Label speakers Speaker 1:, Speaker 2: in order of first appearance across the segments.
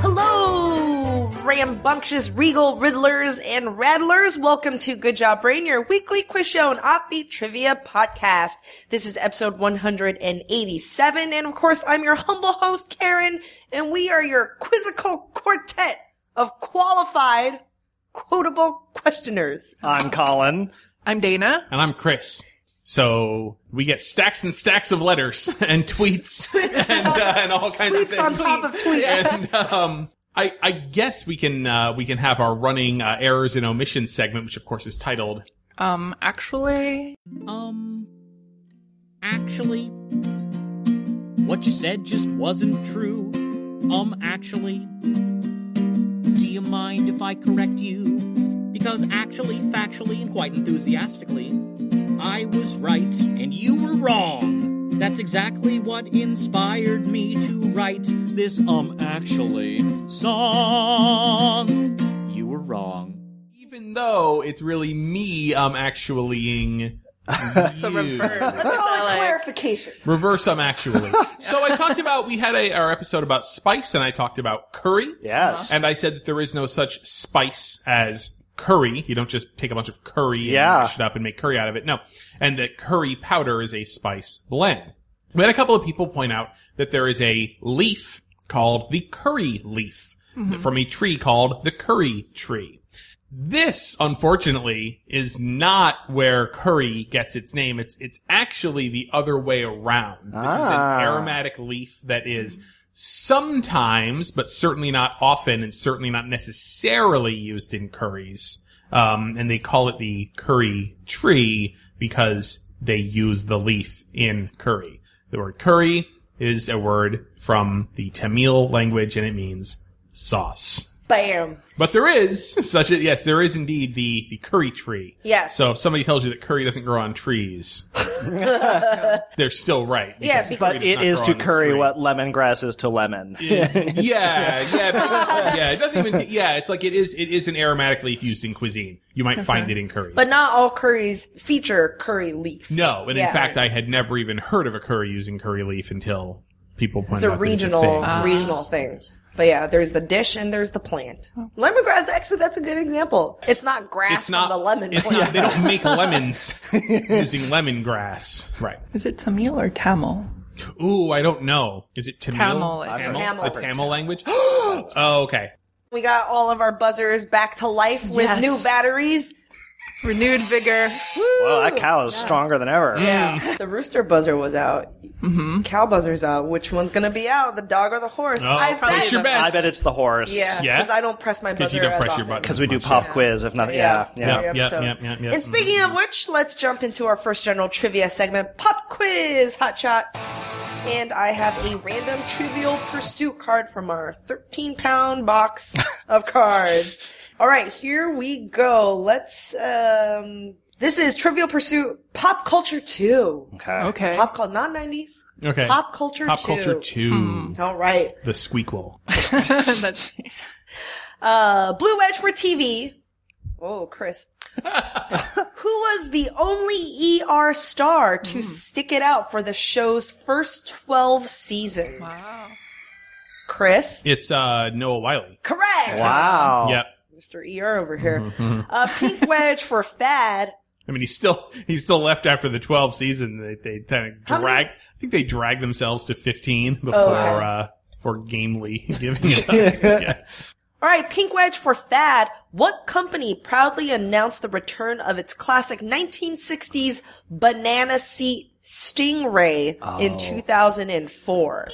Speaker 1: Hello, rambunctious regal riddlers and rattlers. Welcome to Good Job Brain, your weekly quiz show and offbeat trivia podcast. This is episode 187, and of course, I'm your humble host, Karen, and we are your quizzical quartet of qualified, quotable questioners.
Speaker 2: I'm Colin.
Speaker 3: I'm Dana.
Speaker 4: And I'm Chris. So we get stacks and stacks of letters and tweets and, uh, and all kinds of
Speaker 1: Tweets
Speaker 4: things.
Speaker 1: on top of tweets.
Speaker 4: And, um, I, I guess we can uh, we can have our running uh, errors and omissions segment, which of course is titled
Speaker 3: Um, actually,
Speaker 5: Um, actually, what you said just wasn't true. Um, actually, do you mind if I correct you? Because actually, factually, and quite enthusiastically, I was right and you were wrong. That's exactly what inspired me to write this um actually song. You were wrong.
Speaker 4: even though it's really me um actuallying
Speaker 3: so
Speaker 4: you.
Speaker 3: reverse.
Speaker 1: Let's
Speaker 3: So,
Speaker 1: call it
Speaker 3: like,
Speaker 1: clarification.
Speaker 4: reverse um actually. so I talked about we had a, our episode about spice and I talked about curry.
Speaker 2: Yes.
Speaker 4: And I said that there is no such spice as curry. You don't just take a bunch of curry
Speaker 2: Yeah.
Speaker 4: and mash it up and make curry out of it. No. And that curry powder is a spice blend. We had a couple of people point out that there is a leaf called the curry leaf
Speaker 2: Mm-hmm.
Speaker 4: from a tree called the curry tree. This, unfortunately, is not where curry gets its name. It's it's actually the other way around. This is
Speaker 2: Ah. Mm-hmm.
Speaker 4: an aromatic leaf that is sometimes, but certainly not often, and certainly not necessarily used in curries. Um, and they call it the curry tree because they use the leaf in curry. The word curry is a word from the Tamil language, and it means sauce.
Speaker 1: Bam.
Speaker 4: But there is such a yes, there is indeed the the curry tree.
Speaker 1: Yes.
Speaker 4: So if somebody tells you that curry doesn't grow on trees, they're still right.
Speaker 1: Yeah,
Speaker 4: because
Speaker 1: because-
Speaker 4: curry
Speaker 2: but
Speaker 4: does
Speaker 2: it
Speaker 4: not
Speaker 2: is
Speaker 4: grow
Speaker 2: to
Speaker 4: on this
Speaker 2: curry
Speaker 4: tree.
Speaker 2: what lemongrass is to lemon.
Speaker 4: Yeah, yeah, but- yeah. It doesn't even. Yeah, it's like it is. It is an aromatic leaf used in cuisine. You might find it in curry.
Speaker 1: But not all curries feature curry leaf.
Speaker 4: no, and
Speaker 1: Yeah.
Speaker 4: in fact, I had never even heard of a curry using curry leaf until people pointed
Speaker 1: It's a
Speaker 4: out that
Speaker 1: regional
Speaker 4: thing.
Speaker 1: regional thing. But yeah, there's the dish and there's the plant. Lemongrass actually that's a good example. It's not grass
Speaker 4: It's not
Speaker 1: from the lemon
Speaker 4: It's
Speaker 1: plant.
Speaker 4: not. They don't make lemons using lemongrass. Right.
Speaker 3: is it Tamil or Tamil?
Speaker 4: Ooh, I don't know. Is it Tamil?
Speaker 3: Tamil, I
Speaker 4: Tamil?
Speaker 1: think. Tamil.
Speaker 4: The Tamil language? oh, okay.
Speaker 1: We got all of our buzzers back to life with
Speaker 3: Yes.
Speaker 1: new batteries.
Speaker 3: Renewed vigor.
Speaker 2: Well, that cow is stronger than ever.
Speaker 1: Yeah. the rooster buzzer was out. Cow buzzer's out. Which one's gonna be out? The dog or the horse?
Speaker 4: Oh,
Speaker 1: I bet.
Speaker 4: place your
Speaker 2: I
Speaker 4: bets.
Speaker 2: bet it's the horse.
Speaker 1: Yeah, because
Speaker 4: Yeah?
Speaker 1: I don't press my buzzer.
Speaker 4: Because you don't
Speaker 1: as
Speaker 4: press your
Speaker 1: often.
Speaker 4: button.
Speaker 2: Because we do pop quiz, if not. Yeah.
Speaker 4: Yeah.
Speaker 2: Yeah.
Speaker 4: Yep, yep, yep, yep, yep.
Speaker 1: And speaking of which, let's jump into our first general trivia segment, pop quiz, hot shot. And I have a random trivial pursuit card from our 13 pound box of cards. All right, here we go. Let's, um, this is Trivial Pursuit Pop Culture 2.
Speaker 2: Okay.
Speaker 3: Okay.
Speaker 1: Pop culture, not 90s.
Speaker 4: Mm-hmm. Okay.
Speaker 1: Pop Culture Hmm.
Speaker 4: Pop
Speaker 1: 2.
Speaker 4: Culture 2.
Speaker 1: All right.
Speaker 4: The squeakquel.
Speaker 3: That's-
Speaker 1: Uh, Blue Edge for TV. Oh, Chris. Who was the only ER star to stick it out for the show's first 12 seasons?
Speaker 3: wow.
Speaker 1: Chris?
Speaker 4: It's uh, Noah Wiley.
Speaker 1: Correct! Oh.
Speaker 2: Wow.
Speaker 4: Yep.
Speaker 1: Mr. ER over here. Uh, Pink Wedge for Fad.
Speaker 4: I mean, he's still he's still left after the 12 season. They they kind of
Speaker 1: How many- Oh,
Speaker 4: drag. I think they drag themselves to 15 before
Speaker 1: wow.
Speaker 4: uh for gamely giving it up. yeah.
Speaker 1: All right, Pink Wedge for Fad. What company proudly announced the return of its classic 1960s banana seat Stingray
Speaker 2: Oh.
Speaker 1: in 2004?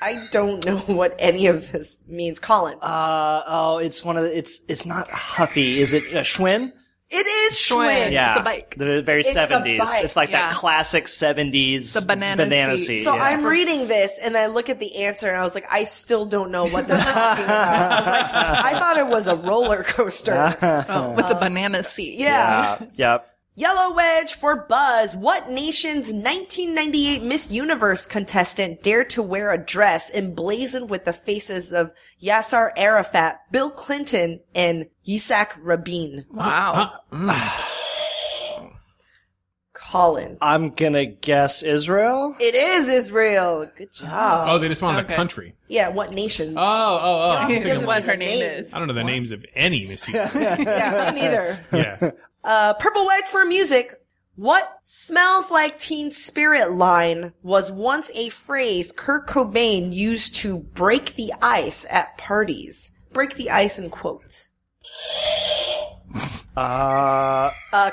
Speaker 1: I don't know what any of this means, Colin.
Speaker 2: Uh, oh, it's one of the, it's it's not Huffy. Is it uh, Schwinn?
Speaker 1: it is Schwinn.
Speaker 3: Yeah. It's a bike.
Speaker 2: The very
Speaker 1: It's a
Speaker 2: 70s.
Speaker 1: bike,
Speaker 2: It's like
Speaker 3: yeah.
Speaker 2: that classic 70s
Speaker 3: The banana seat.
Speaker 1: So
Speaker 2: yeah.
Speaker 1: I'm reading this and I look at the answer and I was like, I still don't know what they're talking about. I, was like, I thought it was a roller coaster.
Speaker 3: Oh, with the banana seat.
Speaker 1: Yeah.
Speaker 2: Yeah. Yep.
Speaker 1: Yellow Wedge for Buzz. What nation's 1998 Miss Universe contestant dared to wear a dress emblazoned with the faces of Yasser Arafat, Bill Clinton, and Yitzhak Rabin?
Speaker 3: Wow.
Speaker 1: Colin.
Speaker 2: I'm gonna guess Israel.
Speaker 1: It is Israel. Good job.
Speaker 4: Oh, they just wanted
Speaker 3: Okay.
Speaker 4: a country.
Speaker 1: Yeah, what nation?
Speaker 4: Oh, oh, oh.
Speaker 3: I
Speaker 4: I'm thinking
Speaker 3: don't
Speaker 4: of-
Speaker 3: know
Speaker 4: I,
Speaker 3: what her name is.
Speaker 4: don't know the names of any Miss Universe.
Speaker 1: yeah, me neither.
Speaker 4: yeah.
Speaker 1: Uh, Purple Wedge for music. What smells like teen spirit line was once a phrase Kurt Cobain used to break the ice at parties. Break the ice in quotes.
Speaker 2: Uh,
Speaker 1: Uh,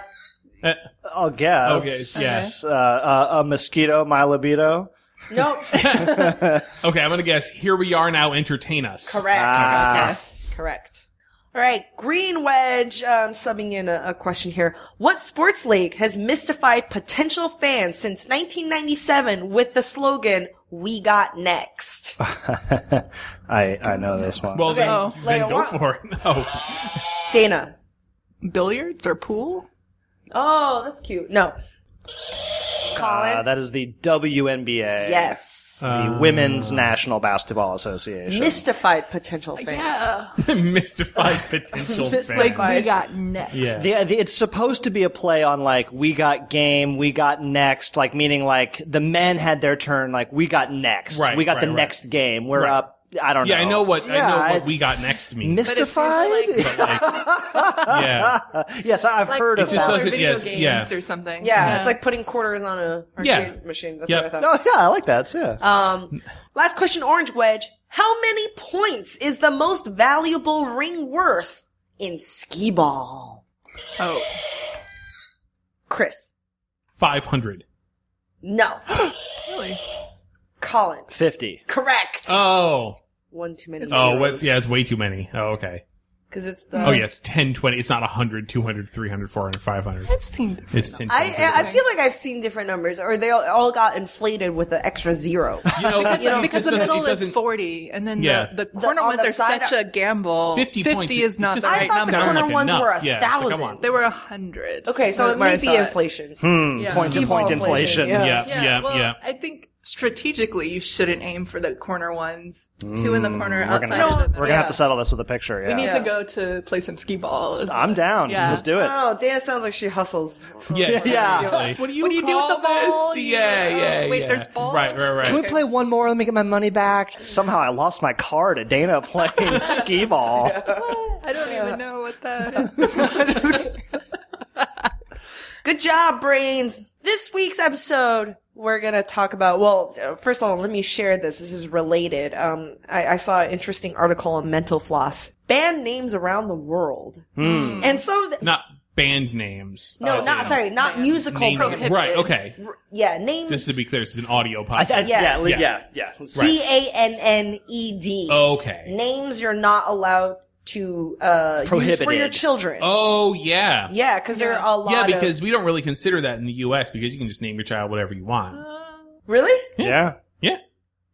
Speaker 4: Uh,
Speaker 2: I'll guess.
Speaker 4: Okay, yeah.
Speaker 2: Uh, uh, a mosquito, my libido.
Speaker 1: nope.
Speaker 4: okay, I'm gonna guess. Here we are now. Entertain us.
Speaker 1: Correct.
Speaker 2: Ah.
Speaker 1: Correct. All right, Green Wedge um, subbing in a, a question here. What sports league has mystified potential fans since 1997 with the slogan "We got next"?
Speaker 2: I I know this one.
Speaker 4: Well, then,
Speaker 3: Oh.
Speaker 4: then
Speaker 1: Like,
Speaker 4: go
Speaker 1: what-
Speaker 4: for it. No.
Speaker 1: Dana.
Speaker 3: Billiards or pool?
Speaker 1: Oh, that's cute. No. Colin.
Speaker 2: Uh, that is the WNBA.
Speaker 1: yes.
Speaker 4: Uh,
Speaker 2: The Women's National Basketball Association.
Speaker 1: Mystified potential fans.
Speaker 4: Mystified potential.
Speaker 1: Mystified.
Speaker 4: fans.
Speaker 1: Fine.
Speaker 3: got next.
Speaker 4: Yeah.
Speaker 2: The, the, it's supposed to be a play on like we got game, we got next, like meaning like the men had their turn, like we got next,
Speaker 4: Right,
Speaker 2: we got the
Speaker 4: right, right.
Speaker 2: next game, we're
Speaker 4: Right.
Speaker 2: up. I don't
Speaker 4: yeah,
Speaker 2: know.
Speaker 4: I know what
Speaker 2: Yeah,
Speaker 4: I know what
Speaker 2: it's
Speaker 4: we got next means.
Speaker 2: Mystified.
Speaker 4: yeah.
Speaker 2: yes, I've heard of
Speaker 4: It just
Speaker 2: that.
Speaker 4: doesn't- yeah,
Speaker 3: video
Speaker 4: it's-
Speaker 3: games
Speaker 4: yeah.
Speaker 3: or something.
Speaker 1: Yeah, it's like putting quarters on a arcade
Speaker 4: Yeah.
Speaker 1: machine. That's
Speaker 4: Yep.
Speaker 1: what I thought.
Speaker 2: Oh yeah, I like that. Yeah.
Speaker 1: Um, last question, Orange Wedge. How many points is the most valuable ring worth in skee ball?
Speaker 3: oh,
Speaker 1: Chris.
Speaker 4: Five hundred.
Speaker 1: No.
Speaker 3: really?
Speaker 1: Colin.
Speaker 2: Fifty.
Speaker 1: Correct.
Speaker 4: Oh.
Speaker 1: One too many.
Speaker 4: Oh, what, yeah, it's way too many. Oh, okay.
Speaker 1: Because it's the.
Speaker 4: Oh, yeah, it's 10, 20. It's not 100, 200, 300, 400, 500.
Speaker 3: I've seen different.
Speaker 4: It's 10,
Speaker 1: I,
Speaker 4: 20.
Speaker 1: I I feel like I've seen different numbers, or they all- all got inflated with the extra zero.
Speaker 4: you know,
Speaker 3: uh, Because,
Speaker 4: you know,
Speaker 3: because the
Speaker 4: it doesn't- it
Speaker 3: middle is
Speaker 4: doesn't-
Speaker 3: 40, and then
Speaker 4: Yeah.
Speaker 3: the, the
Speaker 1: The-
Speaker 3: corner
Speaker 1: on
Speaker 3: ones
Speaker 1: the
Speaker 3: are
Speaker 1: side
Speaker 3: such
Speaker 1: are-
Speaker 3: a gamble.
Speaker 4: 50 points,
Speaker 3: is not
Speaker 4: it
Speaker 3: the
Speaker 4: just
Speaker 3: right
Speaker 1: I thought the
Speaker 4: doesn't sound
Speaker 3: number.
Speaker 1: corner
Speaker 4: like
Speaker 1: ones
Speaker 4: enough.
Speaker 1: were a
Speaker 4: Yeah, it's like, come
Speaker 1: thousand.
Speaker 4: on.
Speaker 3: They were 100.
Speaker 1: Okay, so it
Speaker 3: where I
Speaker 1: may be
Speaker 3: saw
Speaker 1: inflation.
Speaker 2: Hmm.
Speaker 3: Yeah.
Speaker 2: Point to
Speaker 1: Skee-ball
Speaker 2: point
Speaker 1: inflation,
Speaker 2: inflation.
Speaker 1: yeah.
Speaker 4: Yeah,
Speaker 3: Yeah,
Speaker 4: yeah,
Speaker 3: well,
Speaker 4: yeah.
Speaker 3: I think strategically you shouldn't aim for the corner ones. Two in the corner
Speaker 2: We're gonna,
Speaker 3: outside
Speaker 2: have,
Speaker 3: of the
Speaker 2: we're gonna have to
Speaker 3: middle.
Speaker 2: settle this with a picture. Yeah.
Speaker 3: We need
Speaker 1: Yeah.
Speaker 3: to go to play some skee ball. as
Speaker 2: I'm
Speaker 3: well.
Speaker 2: down.
Speaker 3: Yeah.
Speaker 2: Let's do it.
Speaker 1: Oh, Dana sounds like she hustles.
Speaker 4: Yeah,
Speaker 2: Yeah.
Speaker 4: seriously. What do you,
Speaker 3: What do you do
Speaker 4: call
Speaker 3: with the ball?
Speaker 4: This?
Speaker 3: You-
Speaker 4: Yeah, yeah,
Speaker 3: oh, wait,
Speaker 4: yeah.
Speaker 3: there's balls?
Speaker 4: Right, right, right.
Speaker 2: Can we play one more? Let me get my money back. Somehow I lost my card at Dana playing skee ball.
Speaker 3: What? I don't even know what that is.
Speaker 1: Good job, brains. This week's episode, we're gonna talk about. Well, uh, first of all, let me share this. This is related. Um, I, I saw an interesting article on mental floss. Band names around the world, and some of the,
Speaker 4: Not band names.
Speaker 1: no,
Speaker 4: Uh, so,
Speaker 1: not
Speaker 4: you
Speaker 1: sorry, not
Speaker 3: Band.
Speaker 1: musical.
Speaker 4: know, names.
Speaker 1: prohibited.
Speaker 4: Right, okay.
Speaker 1: R- Yeah, names.
Speaker 4: Just to be clear, this is an audio
Speaker 2: I,
Speaker 4: podcast.
Speaker 2: I,
Speaker 1: Yes.
Speaker 2: Yeah, li- yeah, yeah. Let's-
Speaker 4: Right. Oh.
Speaker 1: C A N N E D.
Speaker 4: okay.
Speaker 1: Names you're not allowed to uh, use for your
Speaker 2: Prohibited.
Speaker 1: children.
Speaker 4: Oh, yeah.
Speaker 1: Yeah, because there are a lot.
Speaker 4: Yeah,
Speaker 1: of-
Speaker 4: because we don't really consider that in the U.S. because you can just name your child whatever you
Speaker 1: Uh,
Speaker 4: want.
Speaker 1: really,
Speaker 2: Yeah.
Speaker 4: Yeah.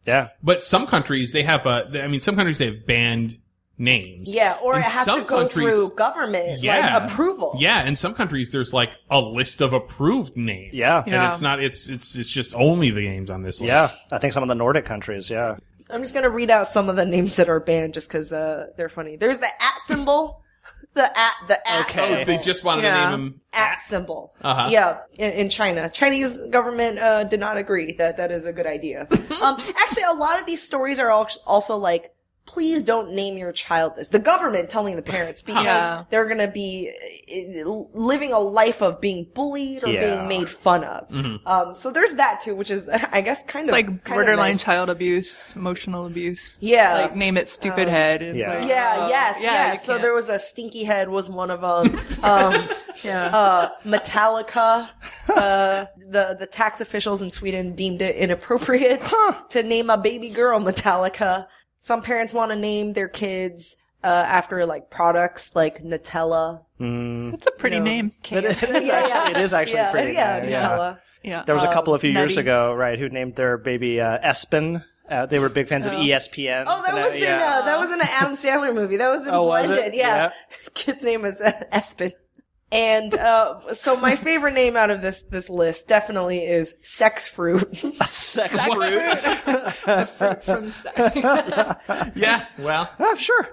Speaker 2: Yeah.
Speaker 4: But some countries they have uh, I mean, some countries they have banned names.
Speaker 1: yeah, or
Speaker 4: In
Speaker 1: it has to
Speaker 4: some
Speaker 1: go
Speaker 4: countries-
Speaker 1: through government
Speaker 4: Yeah.
Speaker 1: like approval.
Speaker 4: Yeah, in some countries there's like a list of approved names.
Speaker 2: Yeah.
Speaker 4: and
Speaker 3: Yeah.
Speaker 4: it's not it's it's it's just only the names on this list.
Speaker 2: Yeah. I think some of the Nordic countries. Yeah.
Speaker 1: I'm just gonna read out some of the names that are banned just because uh, they're funny. There's the at symbol, the at the at
Speaker 2: Okay.
Speaker 4: Oh,
Speaker 1: symbol.
Speaker 4: they just wanted
Speaker 3: Yeah.
Speaker 4: to name them.
Speaker 1: at symbol.
Speaker 4: Uh-huh.
Speaker 1: Yeah, in, in China, Chinese government uh, did not agree that that is a good idea. um, actually, a lot of these stories are al- also like, please don't name your child this. The government telling the parents because
Speaker 3: Yeah.
Speaker 1: they're going to be uh, living a life of being bullied or
Speaker 2: Yeah.
Speaker 1: being made fun of. Um, so there's that too, which is I guess kind
Speaker 3: Mm-hmm. It's
Speaker 1: of
Speaker 3: like
Speaker 1: kind of
Speaker 3: borderline
Speaker 1: nice.
Speaker 3: child abuse, emotional abuse.
Speaker 1: Yeah.
Speaker 3: Like name it stupid head. It's
Speaker 2: Yeah.
Speaker 3: like,
Speaker 1: Yeah,
Speaker 3: oh,
Speaker 1: yes,
Speaker 3: yeah, you
Speaker 1: yes. So
Speaker 3: can't.
Speaker 1: there was a stinky head was one of them. um,
Speaker 3: yeah.
Speaker 1: uh, Metallica. Uh, the the tax officials in Sweden deemed it inappropriate to name a baby girl Metallica. Some parents want to name their kids uh, after like products like Nutella.
Speaker 2: um,
Speaker 3: It's a pretty
Speaker 1: you know,
Speaker 3: name.
Speaker 2: Mm, It is,
Speaker 1: Yeah, yeah.
Speaker 2: actually, it is actually
Speaker 1: yeah,
Speaker 2: pretty.
Speaker 1: yeah,
Speaker 2: good,
Speaker 1: Nutella.
Speaker 3: Yeah.
Speaker 2: There was a couple of
Speaker 1: um,
Speaker 2: few years
Speaker 3: Nutty.
Speaker 2: ago, right, who named their baby uh, Espen. Uh, they were big fans of ESPN.
Speaker 1: Oh, that
Speaker 2: And, uh,
Speaker 1: was in uh, that was in an Adam Sandler movie. That was in
Speaker 2: Oh, was it?
Speaker 1: Blended. Yeah,
Speaker 2: Yeah.
Speaker 1: kid's name was uh, Espen. And uh, so my favorite name out of this this list definitely is sex fruit.
Speaker 2: Sex
Speaker 3: Sex
Speaker 2: fruit.
Speaker 3: fruit. From sex.
Speaker 4: Yeah, well,
Speaker 2: Ah, sure.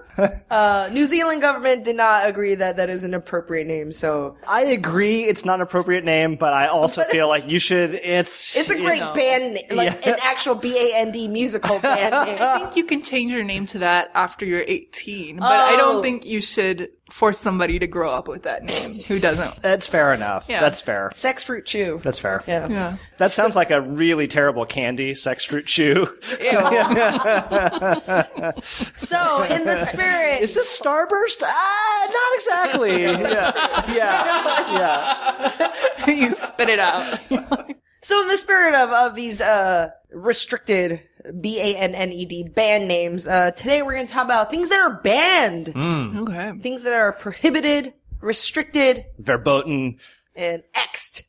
Speaker 1: Uh, New Zealand government did not agree that that is an appropriate name, so
Speaker 2: I agree. It's not an appropriate name, but I also feel like you should. It's
Speaker 1: it's a great
Speaker 3: know.
Speaker 1: band name, like
Speaker 2: Yeah.
Speaker 1: an actual B A N D musical band name.
Speaker 3: I think you can change your name to that after you're 18, but I
Speaker 1: Oh.
Speaker 3: don't think you should force somebody to grow up with that name who doesn't.
Speaker 2: That's fair enough.
Speaker 3: Yeah.
Speaker 2: That's fair.
Speaker 1: sex fruit chew.
Speaker 2: That's fair.
Speaker 1: yeah.
Speaker 3: Yeah.
Speaker 2: That sounds like a really terrible candy, sex fruit chew.
Speaker 3: Ew.
Speaker 1: So in the spirit,
Speaker 2: Is this Starburst? Ah, not exactly. yeah. Yeah. yeah.
Speaker 3: you spit it out.
Speaker 1: So in the spirit of, of these, uh, restricted B-A-N-N-E-D E band names, uh, today we're going to talk about things that are banned.
Speaker 4: Hmm.
Speaker 3: Okay.
Speaker 1: Things that are prohibited, restricted,
Speaker 2: Verboten.
Speaker 1: and Xed.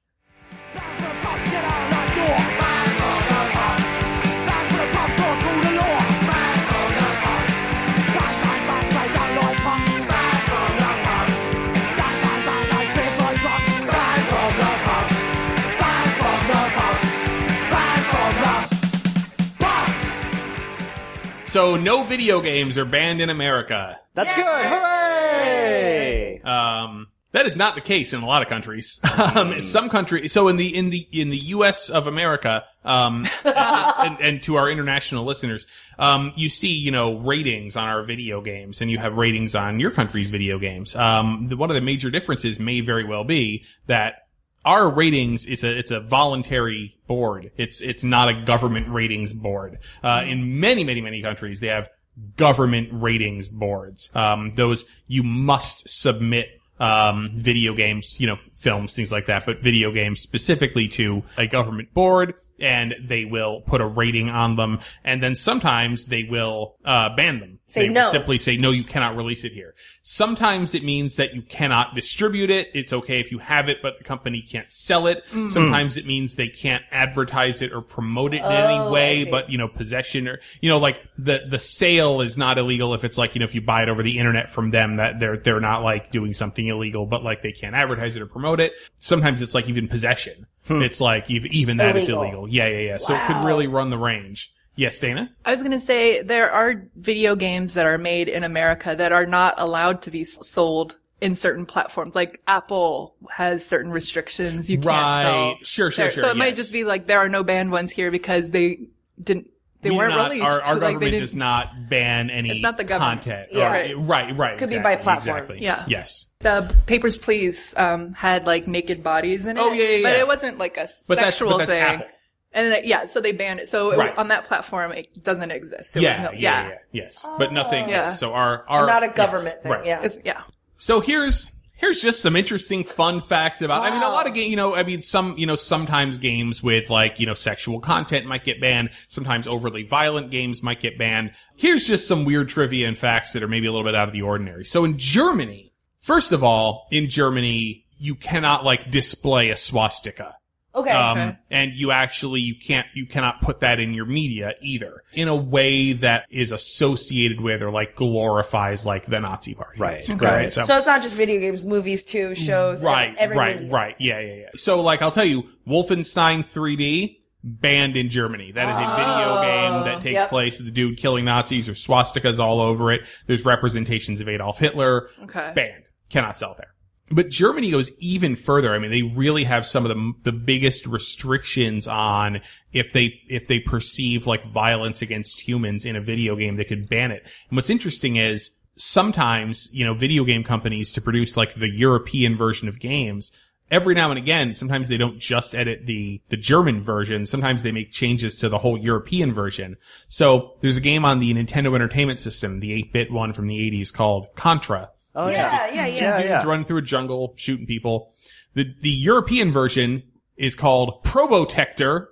Speaker 4: so no video games are banned in America.
Speaker 2: That's good. Hooray!
Speaker 4: Um, that is not the case in a lot of countries.
Speaker 2: Mm.
Speaker 4: Um, some country, so in the in the in the U.S. of America, um, and, and to our international listeners, um, you see, you know, ratings on our video games, and you have ratings on your country's video games. Um, the, one of the major differences may very well be that our ratings it's a it's a voluntary board. It's it's not a government ratings board. Uh, in many many many countries, they have government ratings boards. Um, those you must submit um, video games, you know, films, things like that, but video games specifically to a government board. And they will put a rating on them, and then sometimes they will uh, ban them.
Speaker 1: Say
Speaker 4: They
Speaker 1: no.
Speaker 4: sim- simply say, no, you cannot release it here. Sometimes it means that you cannot distribute it. It's okay if you have it, but the company can't sell it.
Speaker 1: Mm-hmm.
Speaker 4: Sometimes it means they can't advertise it or promote it in
Speaker 1: Oh.
Speaker 4: any way, but you know, possession or, you know, like the, the sale is not illegal if it's like, you know, if you buy it over the internet from them that they're, they're not like doing something illegal, but like they can't advertise it or promote it. Sometimes it's like even possession. It's like even, even that is
Speaker 1: Hmm. Illegal.
Speaker 4: illegal. Yeah, yeah, yeah. So it could really run the range. Yes, Dana?
Speaker 3: I was going to say there are video games that are made in America that are not allowed to be s- sold in certain platforms. Like Apple has certain restrictions you can't
Speaker 4: Right.
Speaker 3: sell.
Speaker 4: Sure, sure,
Speaker 3: there.
Speaker 4: sure,
Speaker 3: So it might
Speaker 4: yes.
Speaker 3: just be like there are no banned ones here because they didn't. They
Speaker 4: We do
Speaker 3: weren't
Speaker 4: not-
Speaker 3: released.
Speaker 4: Our, our
Speaker 3: Like, they
Speaker 4: government
Speaker 3: didn't-
Speaker 4: does not ban any
Speaker 3: It's not the government.
Speaker 4: content.
Speaker 1: Yeah.
Speaker 4: Or-
Speaker 3: Right.
Speaker 4: right, right.
Speaker 1: Could be
Speaker 4: exactly,
Speaker 1: by platform.
Speaker 4: Exactly.
Speaker 3: Yeah.
Speaker 4: Yes.
Speaker 3: The Papers, Please um, had like naked bodies in it.
Speaker 4: Oh, yeah, yeah,
Speaker 3: But
Speaker 4: yeah.
Speaker 3: it wasn't like a
Speaker 4: But that's-
Speaker 3: sexual
Speaker 4: but that's
Speaker 3: thing.
Speaker 4: Apple.
Speaker 3: And then, yeah, so they banned it. So it-
Speaker 4: Right.
Speaker 3: on that platform, it doesn't exist. It was
Speaker 4: Yeah,
Speaker 3: no,
Speaker 4: yeah, yeah, Yes. But nothing
Speaker 3: Yeah.
Speaker 4: else. So our, our
Speaker 1: Oh. Not a
Speaker 4: yes,
Speaker 1: government thing,
Speaker 4: right.
Speaker 1: yeah.
Speaker 3: It's- yeah.
Speaker 4: So here's here's just some interesting fun facts about. I mean, a lot of game. You know, I mean, some you know sometimes games with like you know sexual content might get banned. Sometimes overly violent games might get banned. Here's just some weird trivia and facts that are maybe a little bit out of the ordinary. So in Germany, first of all, in Germany, you cannot like display a swastika.
Speaker 1: Okay.
Speaker 4: Um, and you actually you can't you cannot put that in your media either in a way that is associated with or like glorifies like the Nazi party.
Speaker 2: Right,
Speaker 4: basically,
Speaker 2: right.
Speaker 4: So,
Speaker 1: so it's not just video games, movies too, shows,
Speaker 4: right,
Speaker 1: every
Speaker 4: right,
Speaker 1: media.
Speaker 4: right. Yeah, yeah, yeah. So like I'll tell you, Wolfenstein 3D banned in Germany. That is a video game that takes
Speaker 1: Oh, yep.
Speaker 4: place with the dude killing Nazis or swastikas all over it. There's representations of Adolf Hitler.
Speaker 3: Okay.
Speaker 4: Banned. Cannot sell there. But Germany goes even further. I mean, they really have some of the the biggest restrictions on if they if they perceive like violence against humans in a video game, they could ban it. And what's interesting is sometimes you know video game companies to produce like the European version of games. Every now and again, sometimes they don't just edit the the German version. Sometimes they make changes to the whole European version. So there's a game on the Nintendo Entertainment System, the 8-bit one from the 80s called Contra
Speaker 2: Oh,
Speaker 1: Yeah, yeah, yeah.
Speaker 2: Yeah,
Speaker 4: dudes
Speaker 2: yeah.
Speaker 4: running through a jungle, shooting people. The the European version is called Probotector,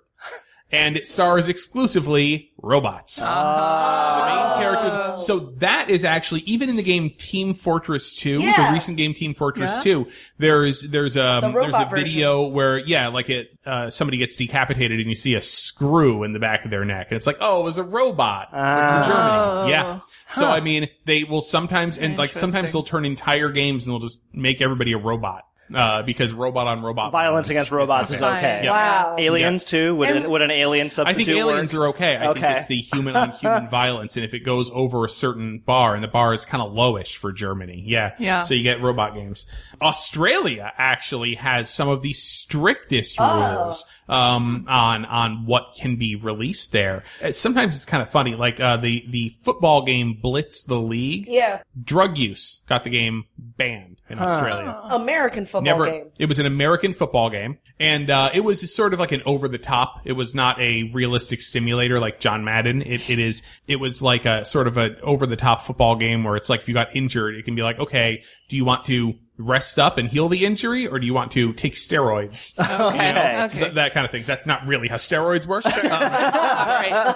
Speaker 4: and it stars exclusively robots.
Speaker 1: Oh.
Speaker 4: The main
Speaker 3: Uh,
Speaker 4: characters. So that is actually even in the game Team Fortress Two,
Speaker 1: Yeah.
Speaker 4: the recent game Team Fortress
Speaker 3: Yeah.
Speaker 4: Two. There's there's
Speaker 1: The
Speaker 4: a there's
Speaker 1: robot
Speaker 4: a video where yeah, like it uh, somebody gets decapitated and you see a screw in the back of their neck, and it's like oh, it was a robot like
Speaker 2: Oh.
Speaker 4: from Germany. Yeah. So I mean, they will sometimes and like sometimes
Speaker 3: Interesting.
Speaker 4: they'll turn entire games and they'll just make everybody a robot. uh, because robot on robot
Speaker 2: Violence against robots is
Speaker 4: not
Speaker 2: okay.
Speaker 3: Yeah.
Speaker 1: Wow.
Speaker 2: Aliens too? Would, an, would an alien
Speaker 4: I
Speaker 2: substitute
Speaker 4: think aliens
Speaker 2: work?
Speaker 4: are okay. I
Speaker 2: Okay.
Speaker 4: think it's the human on human violence, and if it goes over a certain bar, and the bar is kind of lowish for Germany, yeah,
Speaker 3: Yeah.
Speaker 4: So you get robot games. Australia actually has some of the strictest
Speaker 2: Oh.
Speaker 4: rules um, on on what can be released there. Uh, Sometimes it's kind of funny, like uh, the the football game Blitz the League.
Speaker 1: Yeah.
Speaker 4: Drug use got the game banned in Australia.
Speaker 1: American football
Speaker 4: Never.
Speaker 1: game.
Speaker 4: It was an American football game, and uh, it was sort of like an over the top. It was not a realistic simulator like John Madden. It, it is. It was like a sort of an over the top football game where it's like if you got injured, it can be like, okay, do you want to rest up and heal the injury, or do you want to take steroids?
Speaker 3: Okay.
Speaker 2: Okay.
Speaker 3: Okay.
Speaker 4: Th- that kind of thing. That's not really how steroids work.
Speaker 3: All right.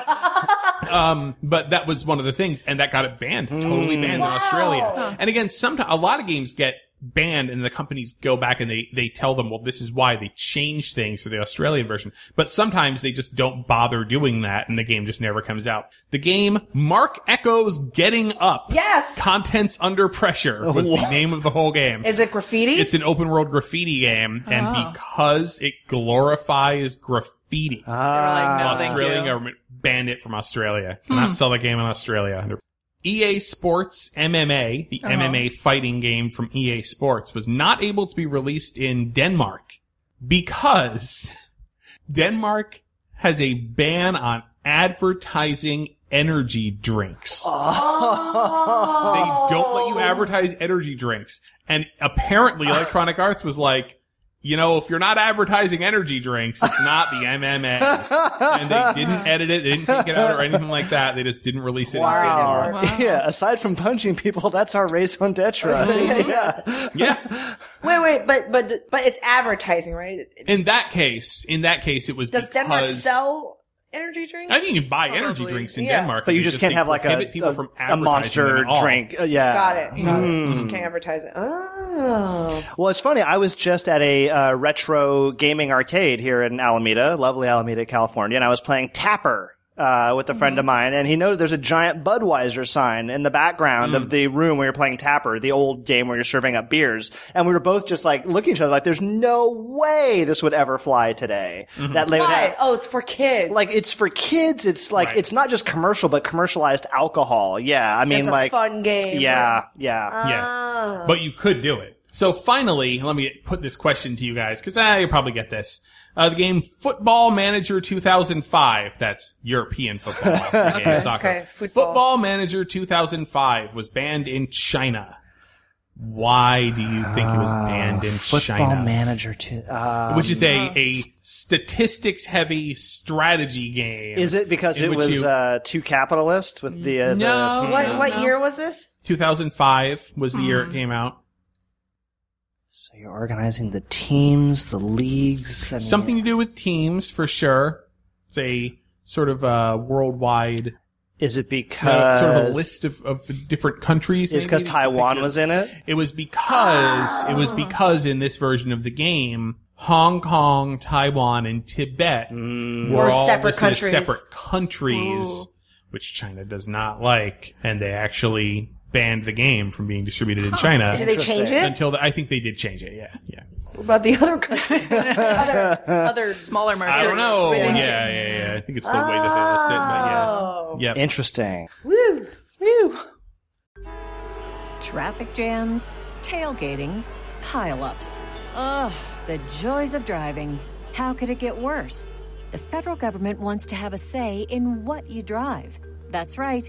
Speaker 4: Um, but that was one of the things, and that got it banned, totally
Speaker 1: Mm.
Speaker 4: banned in Australia. And again, sometimes a lot of games get banned, and the companies go back and they they tell them, well, this is why they changed things for the Australian version. But sometimes they just don't bother doing that, and the game just never comes out. The game Mark Echoes Getting Up.
Speaker 1: Yes.
Speaker 4: Contents Under Pressure was the name of the whole game.
Speaker 1: Is it graffiti?
Speaker 4: It's an open world graffiti game, and because it glorifies graffiti.
Speaker 1: Ah.
Speaker 3: They were like, no, thank
Speaker 4: Australian
Speaker 3: you. Hmm.
Speaker 4: government banned it from Australia. Cannot sell the game in Australia. EA E Sports MMA,
Speaker 3: Uh-huh.
Speaker 4: the MMA fighting game from EA Sports, was not able to be released in Denmark because Denmark has a ban on advertising energy drinks.
Speaker 2: Oh.
Speaker 4: They don't
Speaker 1: Oh.
Speaker 4: let you advertise energy drinks. And apparently Electronic Arts was like, you know, if you're not advertising energy drinks, it's not the MMA. and they didn't edit it. They didn't take it out or anything like that. They just didn't release it. in
Speaker 1: Sorry,
Speaker 4: Denmark.
Speaker 1: Denmark.
Speaker 2: Yeah, aside from punching people, that's our raison d'etre.
Speaker 1: Oh,
Speaker 2: yeah.
Speaker 4: Yeah.
Speaker 1: Wait, wait, but but but it's advertising, right?
Speaker 4: In that case, in that case, it was
Speaker 1: Does Denmark
Speaker 4: because-
Speaker 1: sell energy drinks?
Speaker 4: I think you can buy energy
Speaker 3: Probably.
Speaker 4: drinks in
Speaker 1: Yeah.
Speaker 4: Denmark,
Speaker 2: But you
Speaker 4: They
Speaker 2: just can't
Speaker 4: they
Speaker 2: have like a,
Speaker 4: prohibit people
Speaker 2: a,
Speaker 4: from
Speaker 2: a monster
Speaker 4: advertising them at all.
Speaker 2: drink. Uh, yeah.
Speaker 1: Got it. Got
Speaker 2: Hmm.
Speaker 1: it. Just can't advertise it. Oh.
Speaker 2: Well, it's funny. I was just at a uh, retro gaming arcade here in Alameda, lovely Alameda, California, and I was playing Tapper. Uh, with a friend
Speaker 1: Mm-hmm.
Speaker 2: of mine, and he noted there's a giant Budweiser sign in the background
Speaker 4: Mm.
Speaker 2: of the room where you're playing Tapper, the old game where you're serving up beers. And we were both just like looking at each other like, there's no way this would ever fly today.
Speaker 4: Mm-hmm.
Speaker 2: That they would have,
Speaker 1: Why? Oh, it's for kids.
Speaker 2: like it's for kids. It's like
Speaker 4: Right.
Speaker 2: it's not just commercial, but commercialized alcohol. Yeah, I mean,
Speaker 1: it's a
Speaker 2: like
Speaker 1: fun game.
Speaker 2: yeah,
Speaker 3: Uh,
Speaker 2: yeah.
Speaker 1: Oh.
Speaker 4: Yeah. But you could do it. So finally, let me put this question to you guys because ah, you probably get this. Uh, the game Football Manager 2005. That's European football. okay. Soccer.
Speaker 1: Okay, football.
Speaker 4: Manager 2005 was banned in China. Why do you think it was banned in
Speaker 2: Ah, Football
Speaker 4: China?
Speaker 2: manager too. Uh,
Speaker 4: Which is
Speaker 1: Um,
Speaker 4: a, a statistics heavy strategy game.
Speaker 2: Is it because
Speaker 4: in
Speaker 2: it
Speaker 4: which
Speaker 2: was
Speaker 4: you-
Speaker 2: uh, too capitalist with the? Uh,
Speaker 4: No.
Speaker 2: the-
Speaker 1: What
Speaker 4: No,
Speaker 1: what
Speaker 3: no.
Speaker 1: year was this?
Speaker 4: 2005 was the
Speaker 1: Mm-hmm.
Speaker 4: year it came out.
Speaker 2: so you're organizing the teams, the leagues, I mean,
Speaker 4: Something to do with teams for sure. It's a sort of uh, worldwide
Speaker 2: Is it
Speaker 4: uh,
Speaker 2: because
Speaker 4: sort of a list of, of different countries. maybe?
Speaker 2: Is because Taiwan was in it?
Speaker 4: It was because it was because in this version of the game, Hong Kong, Taiwan, and Tibet
Speaker 2: Mm.
Speaker 4: were,
Speaker 1: Were
Speaker 4: all
Speaker 1: separate
Speaker 4: listed as
Speaker 1: countries.
Speaker 4: separate countries, which China does not like, and they actually banned the game from being distributed in China.
Speaker 1: Did they change it?
Speaker 4: until the, I think they did change it. Yeah, yeah.
Speaker 1: What about the other country? other other
Speaker 3: Smaller market.
Speaker 4: I don't know.
Speaker 3: We
Speaker 4: Yeah,
Speaker 3: didn't
Speaker 4: yeah,
Speaker 3: get-
Speaker 4: yeah. I think it's the way that they list it, but yeah.
Speaker 1: Oh.
Speaker 4: Yep.
Speaker 2: Interesting.
Speaker 1: Woo.
Speaker 3: Phew.
Speaker 6: Traffic jams, tailgating, pileups. Ugh, the joys of driving. How could it get worse? The federal government wants to have a say in what you drive. That's right.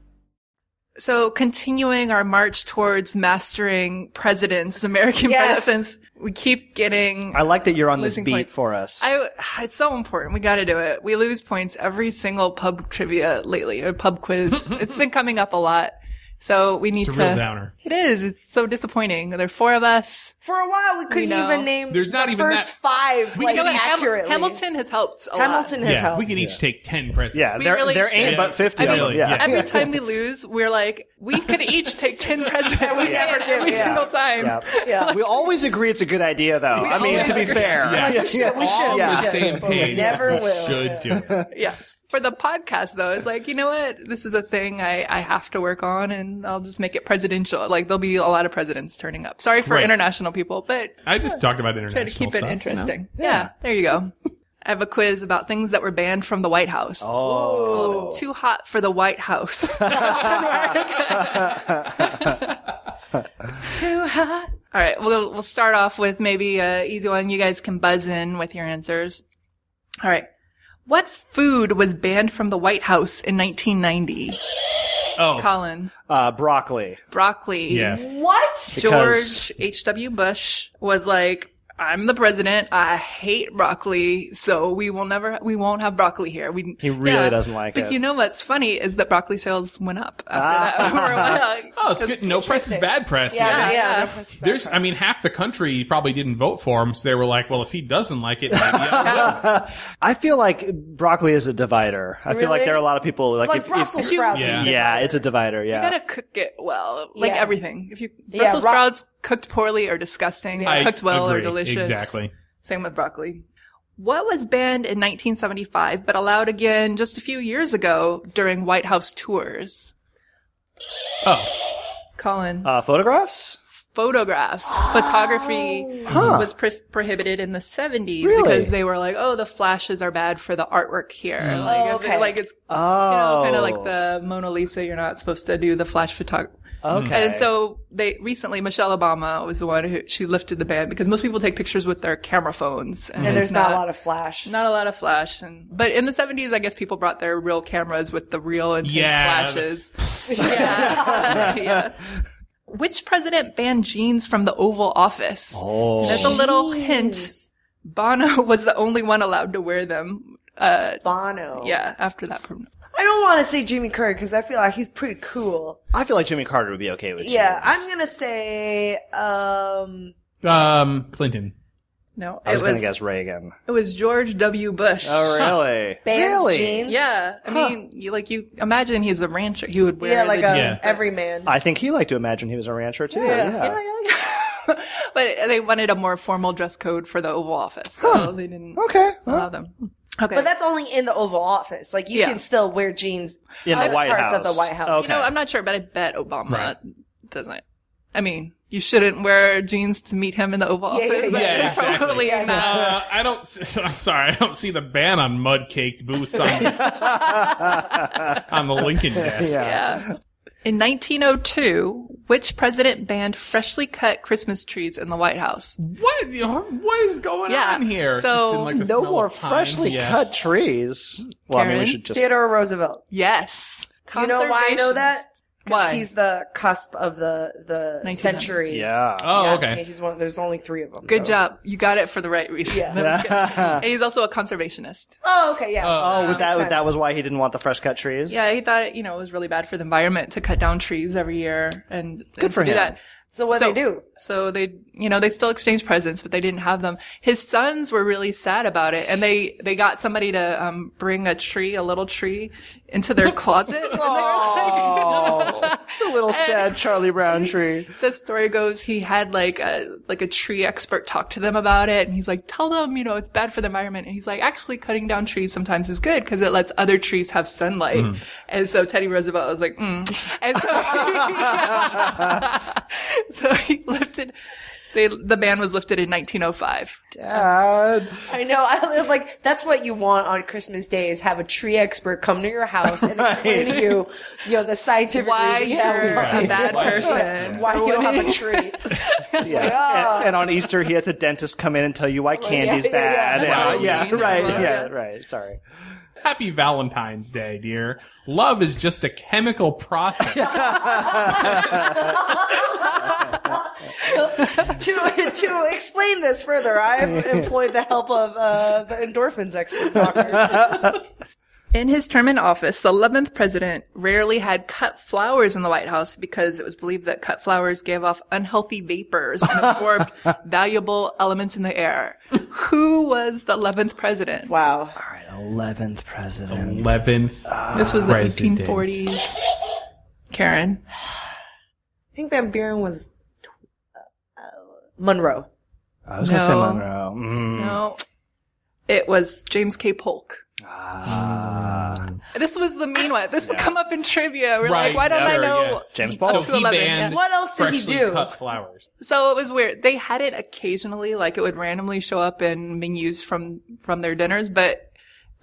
Speaker 3: So continuing our march towards mastering presidents, American
Speaker 1: Yes.
Speaker 3: presidents, we keep getting.
Speaker 2: I like that you're on this
Speaker 3: Losing
Speaker 2: beat
Speaker 3: points.
Speaker 2: for us.
Speaker 3: I, it's so important. We got to do it. We lose points every single pub trivia lately or pub quiz. it's been coming up a lot. So we need
Speaker 4: It's a
Speaker 3: to.
Speaker 4: real downer.
Speaker 3: It It is. It's so disappointing. There are four of us.
Speaker 1: For a while, we couldn't
Speaker 3: know.
Speaker 1: even name
Speaker 4: There's not
Speaker 1: the
Speaker 4: even
Speaker 1: first
Speaker 4: that-
Speaker 1: five
Speaker 4: We
Speaker 1: like,
Speaker 4: know
Speaker 3: But
Speaker 4: that
Speaker 3: Ham-
Speaker 1: accurately.
Speaker 3: Hamilton has helped a lot.
Speaker 1: Hamilton has
Speaker 4: yeah,
Speaker 1: helped.
Speaker 4: we can each take ten presents.
Speaker 2: Yeah,
Speaker 3: We
Speaker 2: there,
Speaker 3: really
Speaker 2: there ain't
Speaker 3: should.
Speaker 2: but 50
Speaker 3: I
Speaker 2: of them.
Speaker 4: mean,
Speaker 2: Yeah.
Speaker 3: Every time we lose, we're like, we could each take 10 presidents. we
Speaker 1: never
Speaker 3: say
Speaker 1: do,
Speaker 3: it every
Speaker 1: yeah.
Speaker 3: single time.
Speaker 2: Yeah.
Speaker 1: yeah.
Speaker 2: We always agree it's a good idea, though. I mean,
Speaker 3: always
Speaker 2: to be
Speaker 3: agree.
Speaker 2: fair.
Speaker 4: Yeah.
Speaker 1: We should. We should.
Speaker 4: all on
Speaker 1: we
Speaker 2: Yeah.
Speaker 4: the
Speaker 1: should.
Speaker 4: same
Speaker 1: But we
Speaker 4: page.
Speaker 1: never will.
Speaker 4: Should do. it.
Speaker 3: Yes. For the podcast, though, it's like, you know what? This is a thing I, I have to work on and I'll just make it presidential. Like, there'll be a lot of presidents turning up. Sorry for
Speaker 4: Right.
Speaker 3: international people, but
Speaker 4: I just talked about international
Speaker 3: try to keep it
Speaker 4: stuff, you know?
Speaker 3: interesting. Yeah. There you go. I have a quiz about things that were banned from the White House.
Speaker 2: Oh.
Speaker 3: Too hot for the White House. Too hot. All right, we'll we'll start off with maybe a easy one. You guys can buzz in with your answers. All right. What food was banned from the White House in 1990?
Speaker 4: Oh,
Speaker 3: Colin,
Speaker 2: Uh, broccoli.
Speaker 3: broccoli.
Speaker 4: yeah.
Speaker 1: What?
Speaker 2: Because-
Speaker 3: George H.W. Bush was like, I'm the president. I hate broccoli, so we will never, we won't have broccoli here. We,
Speaker 2: He really doesn't like
Speaker 3: but
Speaker 2: it. Ah.
Speaker 3: you know what's funny is that broccoli sales went up after that. For a while.
Speaker 4: Oh, it's good. No press is bad press. man.
Speaker 1: Yeah.
Speaker 3: yeah.
Speaker 1: yeah.
Speaker 4: There's, I mean, half the country probably didn't vote for him, so they were like, "Well, if he doesn't like it, maybe I will."
Speaker 2: I feel like broccoli is a divider. I feel like
Speaker 1: Really?
Speaker 2: there are a lot of people like,
Speaker 1: Like
Speaker 2: if- if-
Speaker 1: Brussels sprouts.
Speaker 4: Yeah.
Speaker 1: is
Speaker 2: yeah,
Speaker 1: different.
Speaker 2: it's a divider. Yeah.
Speaker 3: You gotta cook it well, like
Speaker 1: Yeah.
Speaker 3: everything. If you
Speaker 1: Yeah,
Speaker 3: Brussels
Speaker 1: ro-
Speaker 3: sprouts cooked poorly are disgusting,
Speaker 4: I
Speaker 3: cooked well
Speaker 4: agree.
Speaker 3: are delicious.
Speaker 4: Exactly.
Speaker 3: Same with broccoli. What was banned in 1975 but allowed again just a few years ago during White House tours?
Speaker 4: Oh,
Speaker 3: Colin.
Speaker 2: uh, photographs?
Speaker 3: photographs. Photography was pro- prohibited in the 70s
Speaker 2: Really?
Speaker 3: because they were like, oh, the flashes are bad for the artwork here. Like,
Speaker 1: okay.
Speaker 3: it's, like it's you
Speaker 2: Oh.
Speaker 3: know, kind of like the Mona Lisa. You're not supposed to do the flash photography.
Speaker 2: Oh, Okay.
Speaker 3: And so they recently Michelle Obama was the one who she lifted the ban because most people take pictures with their camera phones
Speaker 1: And
Speaker 3: Mm-hmm. it's
Speaker 1: there's Mm-hmm. not, a lot of flash.
Speaker 3: not a lot of flash and but in the 70s I guess people brought their real cameras with the real intense
Speaker 4: Yeah.
Speaker 3: flashes. yeah. Yeah. Which president banned jeans from the Oval Office?
Speaker 2: Oh.
Speaker 3: That's a little hint. Bono was the only one allowed to wear them. Uh,
Speaker 1: Bono.
Speaker 3: yeah,
Speaker 2: Oh.
Speaker 3: after that. prom-
Speaker 1: I don't want to say Jimmy Curry because I feel like he's pretty cool.
Speaker 2: I feel like Jimmy Carter would be okay with.
Speaker 1: Yeah,
Speaker 2: cheese.
Speaker 1: I'm gonna say um
Speaker 4: um, Clinton.
Speaker 3: No,
Speaker 2: I was,
Speaker 3: it
Speaker 2: gonna
Speaker 3: was
Speaker 2: guess Reagan.
Speaker 3: it was George W. Bush.
Speaker 2: Oh really?
Speaker 1: band
Speaker 2: really?
Speaker 1: jeans.
Speaker 3: Yeah, I mean, you, like you imagine he's a rancher. He would wear
Speaker 1: yeah, like a
Speaker 3: the jeans.
Speaker 4: Yeah.
Speaker 1: everyman.
Speaker 2: I think he liked to imagine he was a rancher too. Yeah.
Speaker 3: yeah, yeah, yeah. but they wanted a more formal dress code for the Oval Office, so they didn't
Speaker 2: Okay. well,
Speaker 3: allow them. Okay,
Speaker 1: but that's only in the Oval Office. Like you
Speaker 3: Yeah.
Speaker 1: can still wear jeans
Speaker 2: in the
Speaker 1: other
Speaker 2: White
Speaker 1: parts
Speaker 2: House.
Speaker 1: of the White House.
Speaker 2: Okay.
Speaker 3: no, I'm not sure, but I bet Obama
Speaker 4: Right.
Speaker 3: doesn't. I mean, you shouldn't wear jeans to meet him in the Oval
Speaker 1: Yeah, yeah,
Speaker 3: Office. but
Speaker 1: yeah,
Speaker 3: it's
Speaker 4: exactly.
Speaker 3: probably
Speaker 4: Yeah,
Speaker 3: not.
Speaker 4: Uh, I don't. s- I'm sorry. I don't see the ban on mud-caked boots on the, on the Lincoln desk.
Speaker 2: Yeah.
Speaker 3: Yeah. In 1902, which president banned freshly cut Christmas trees in the White House?
Speaker 4: What? What is going
Speaker 3: Yeah.
Speaker 4: on here?
Speaker 3: So,
Speaker 4: Just in, the
Speaker 2: No
Speaker 4: smell
Speaker 2: more
Speaker 4: of pine.
Speaker 2: freshly
Speaker 4: Yeah.
Speaker 2: cut trees. Well, I mean, we
Speaker 3: Karen?
Speaker 2: should just.
Speaker 1: Theodore Roosevelt.
Speaker 3: Yes.
Speaker 1: Do you know why I know that?
Speaker 3: Why?
Speaker 1: he's the cusp of the the
Speaker 3: 1900s.
Speaker 1: century.
Speaker 2: Yeah.
Speaker 4: Oh,
Speaker 1: Yeah,
Speaker 4: okay.
Speaker 1: He's one. There's only three of them.
Speaker 3: Good job. You got it for the right reason.
Speaker 1: Yeah.
Speaker 3: And he's also a conservationist.
Speaker 1: Oh, okay. Yeah.
Speaker 2: Oh, was that
Speaker 1: sense.
Speaker 2: that was why he didn't want the fresh cut trees?
Speaker 3: Yeah, he thought, you know, it was really bad for the environment to cut down trees every year and, Good
Speaker 2: for him.
Speaker 1: so what do
Speaker 3: so-
Speaker 1: they do?
Speaker 3: So they, you know, they still exchanged presents, but they didn't have them. His sons were really sad about it, and they they got somebody to um, bring a tree, a little tree, into their closet. and they were like-
Speaker 2: The little sad Charlie Brown tree.
Speaker 3: the story goes, he had like a like a tree expert talk to them about it, and he's like, "Tell them, you know, it's bad for the environment." And he's like, "Actually, cutting down trees sometimes is good because it lets other trees have sunlight." And so Teddy Roosevelt was like, mm. and so so he lifted. They, the ban was lifted in 1905.
Speaker 2: Dad.
Speaker 1: I know. I like that's what you want on Christmas Day is have a tree expert come to your house and explain to you, you know, the scientific
Speaker 3: Why
Speaker 1: reason-
Speaker 3: you're
Speaker 1: yeah,
Speaker 3: a bad person?
Speaker 1: why you don't have a tree.
Speaker 2: Yeah. And, and on Easter, he has a dentist come in and tell you why candy's
Speaker 1: yeah, yeah,
Speaker 2: bad.
Speaker 3: that's
Speaker 2: Yeah,
Speaker 3: Halloween
Speaker 2: yeah,
Speaker 3: as well,
Speaker 2: right. Yeah,
Speaker 3: yeah.
Speaker 2: right. Sorry.
Speaker 4: Happy Valentine's Day, dear. Love is just a chemical process.
Speaker 1: to to explain this further, I've employed the help of uh, the endorphins expert doctor.
Speaker 3: In his term in office, the 11th president rarely had cut flowers in the White House because it was believed that cut flowers gave off unhealthy vapors and absorbed valuable elements in the air. Who was the 11th president?
Speaker 1: Wow.
Speaker 2: All right, 11th president.
Speaker 4: Eleventh.
Speaker 2: Uh,
Speaker 3: This was the
Speaker 4: President.
Speaker 3: 1840s. Karen.
Speaker 1: I think Van Buren was uh, Monroe.
Speaker 2: I was going to say
Speaker 3: No.
Speaker 2: Monroe. Mm.
Speaker 3: No. It was James K. Polk.
Speaker 2: Ah.
Speaker 3: This was the mean one. This would come up in trivia. We're
Speaker 4: Right,
Speaker 3: like, why don't I
Speaker 4: sure,
Speaker 3: know?
Speaker 4: yeah.
Speaker 2: James Bond.
Speaker 4: So
Speaker 3: Up to
Speaker 2: Paul.
Speaker 4: he
Speaker 3: 11, yeah.
Speaker 4: banned
Speaker 1: What else did he
Speaker 4: freshly
Speaker 1: do?
Speaker 4: cut flowers.
Speaker 3: So it was weird. They had it occasionally, like it would randomly show up in menus from from their dinners, but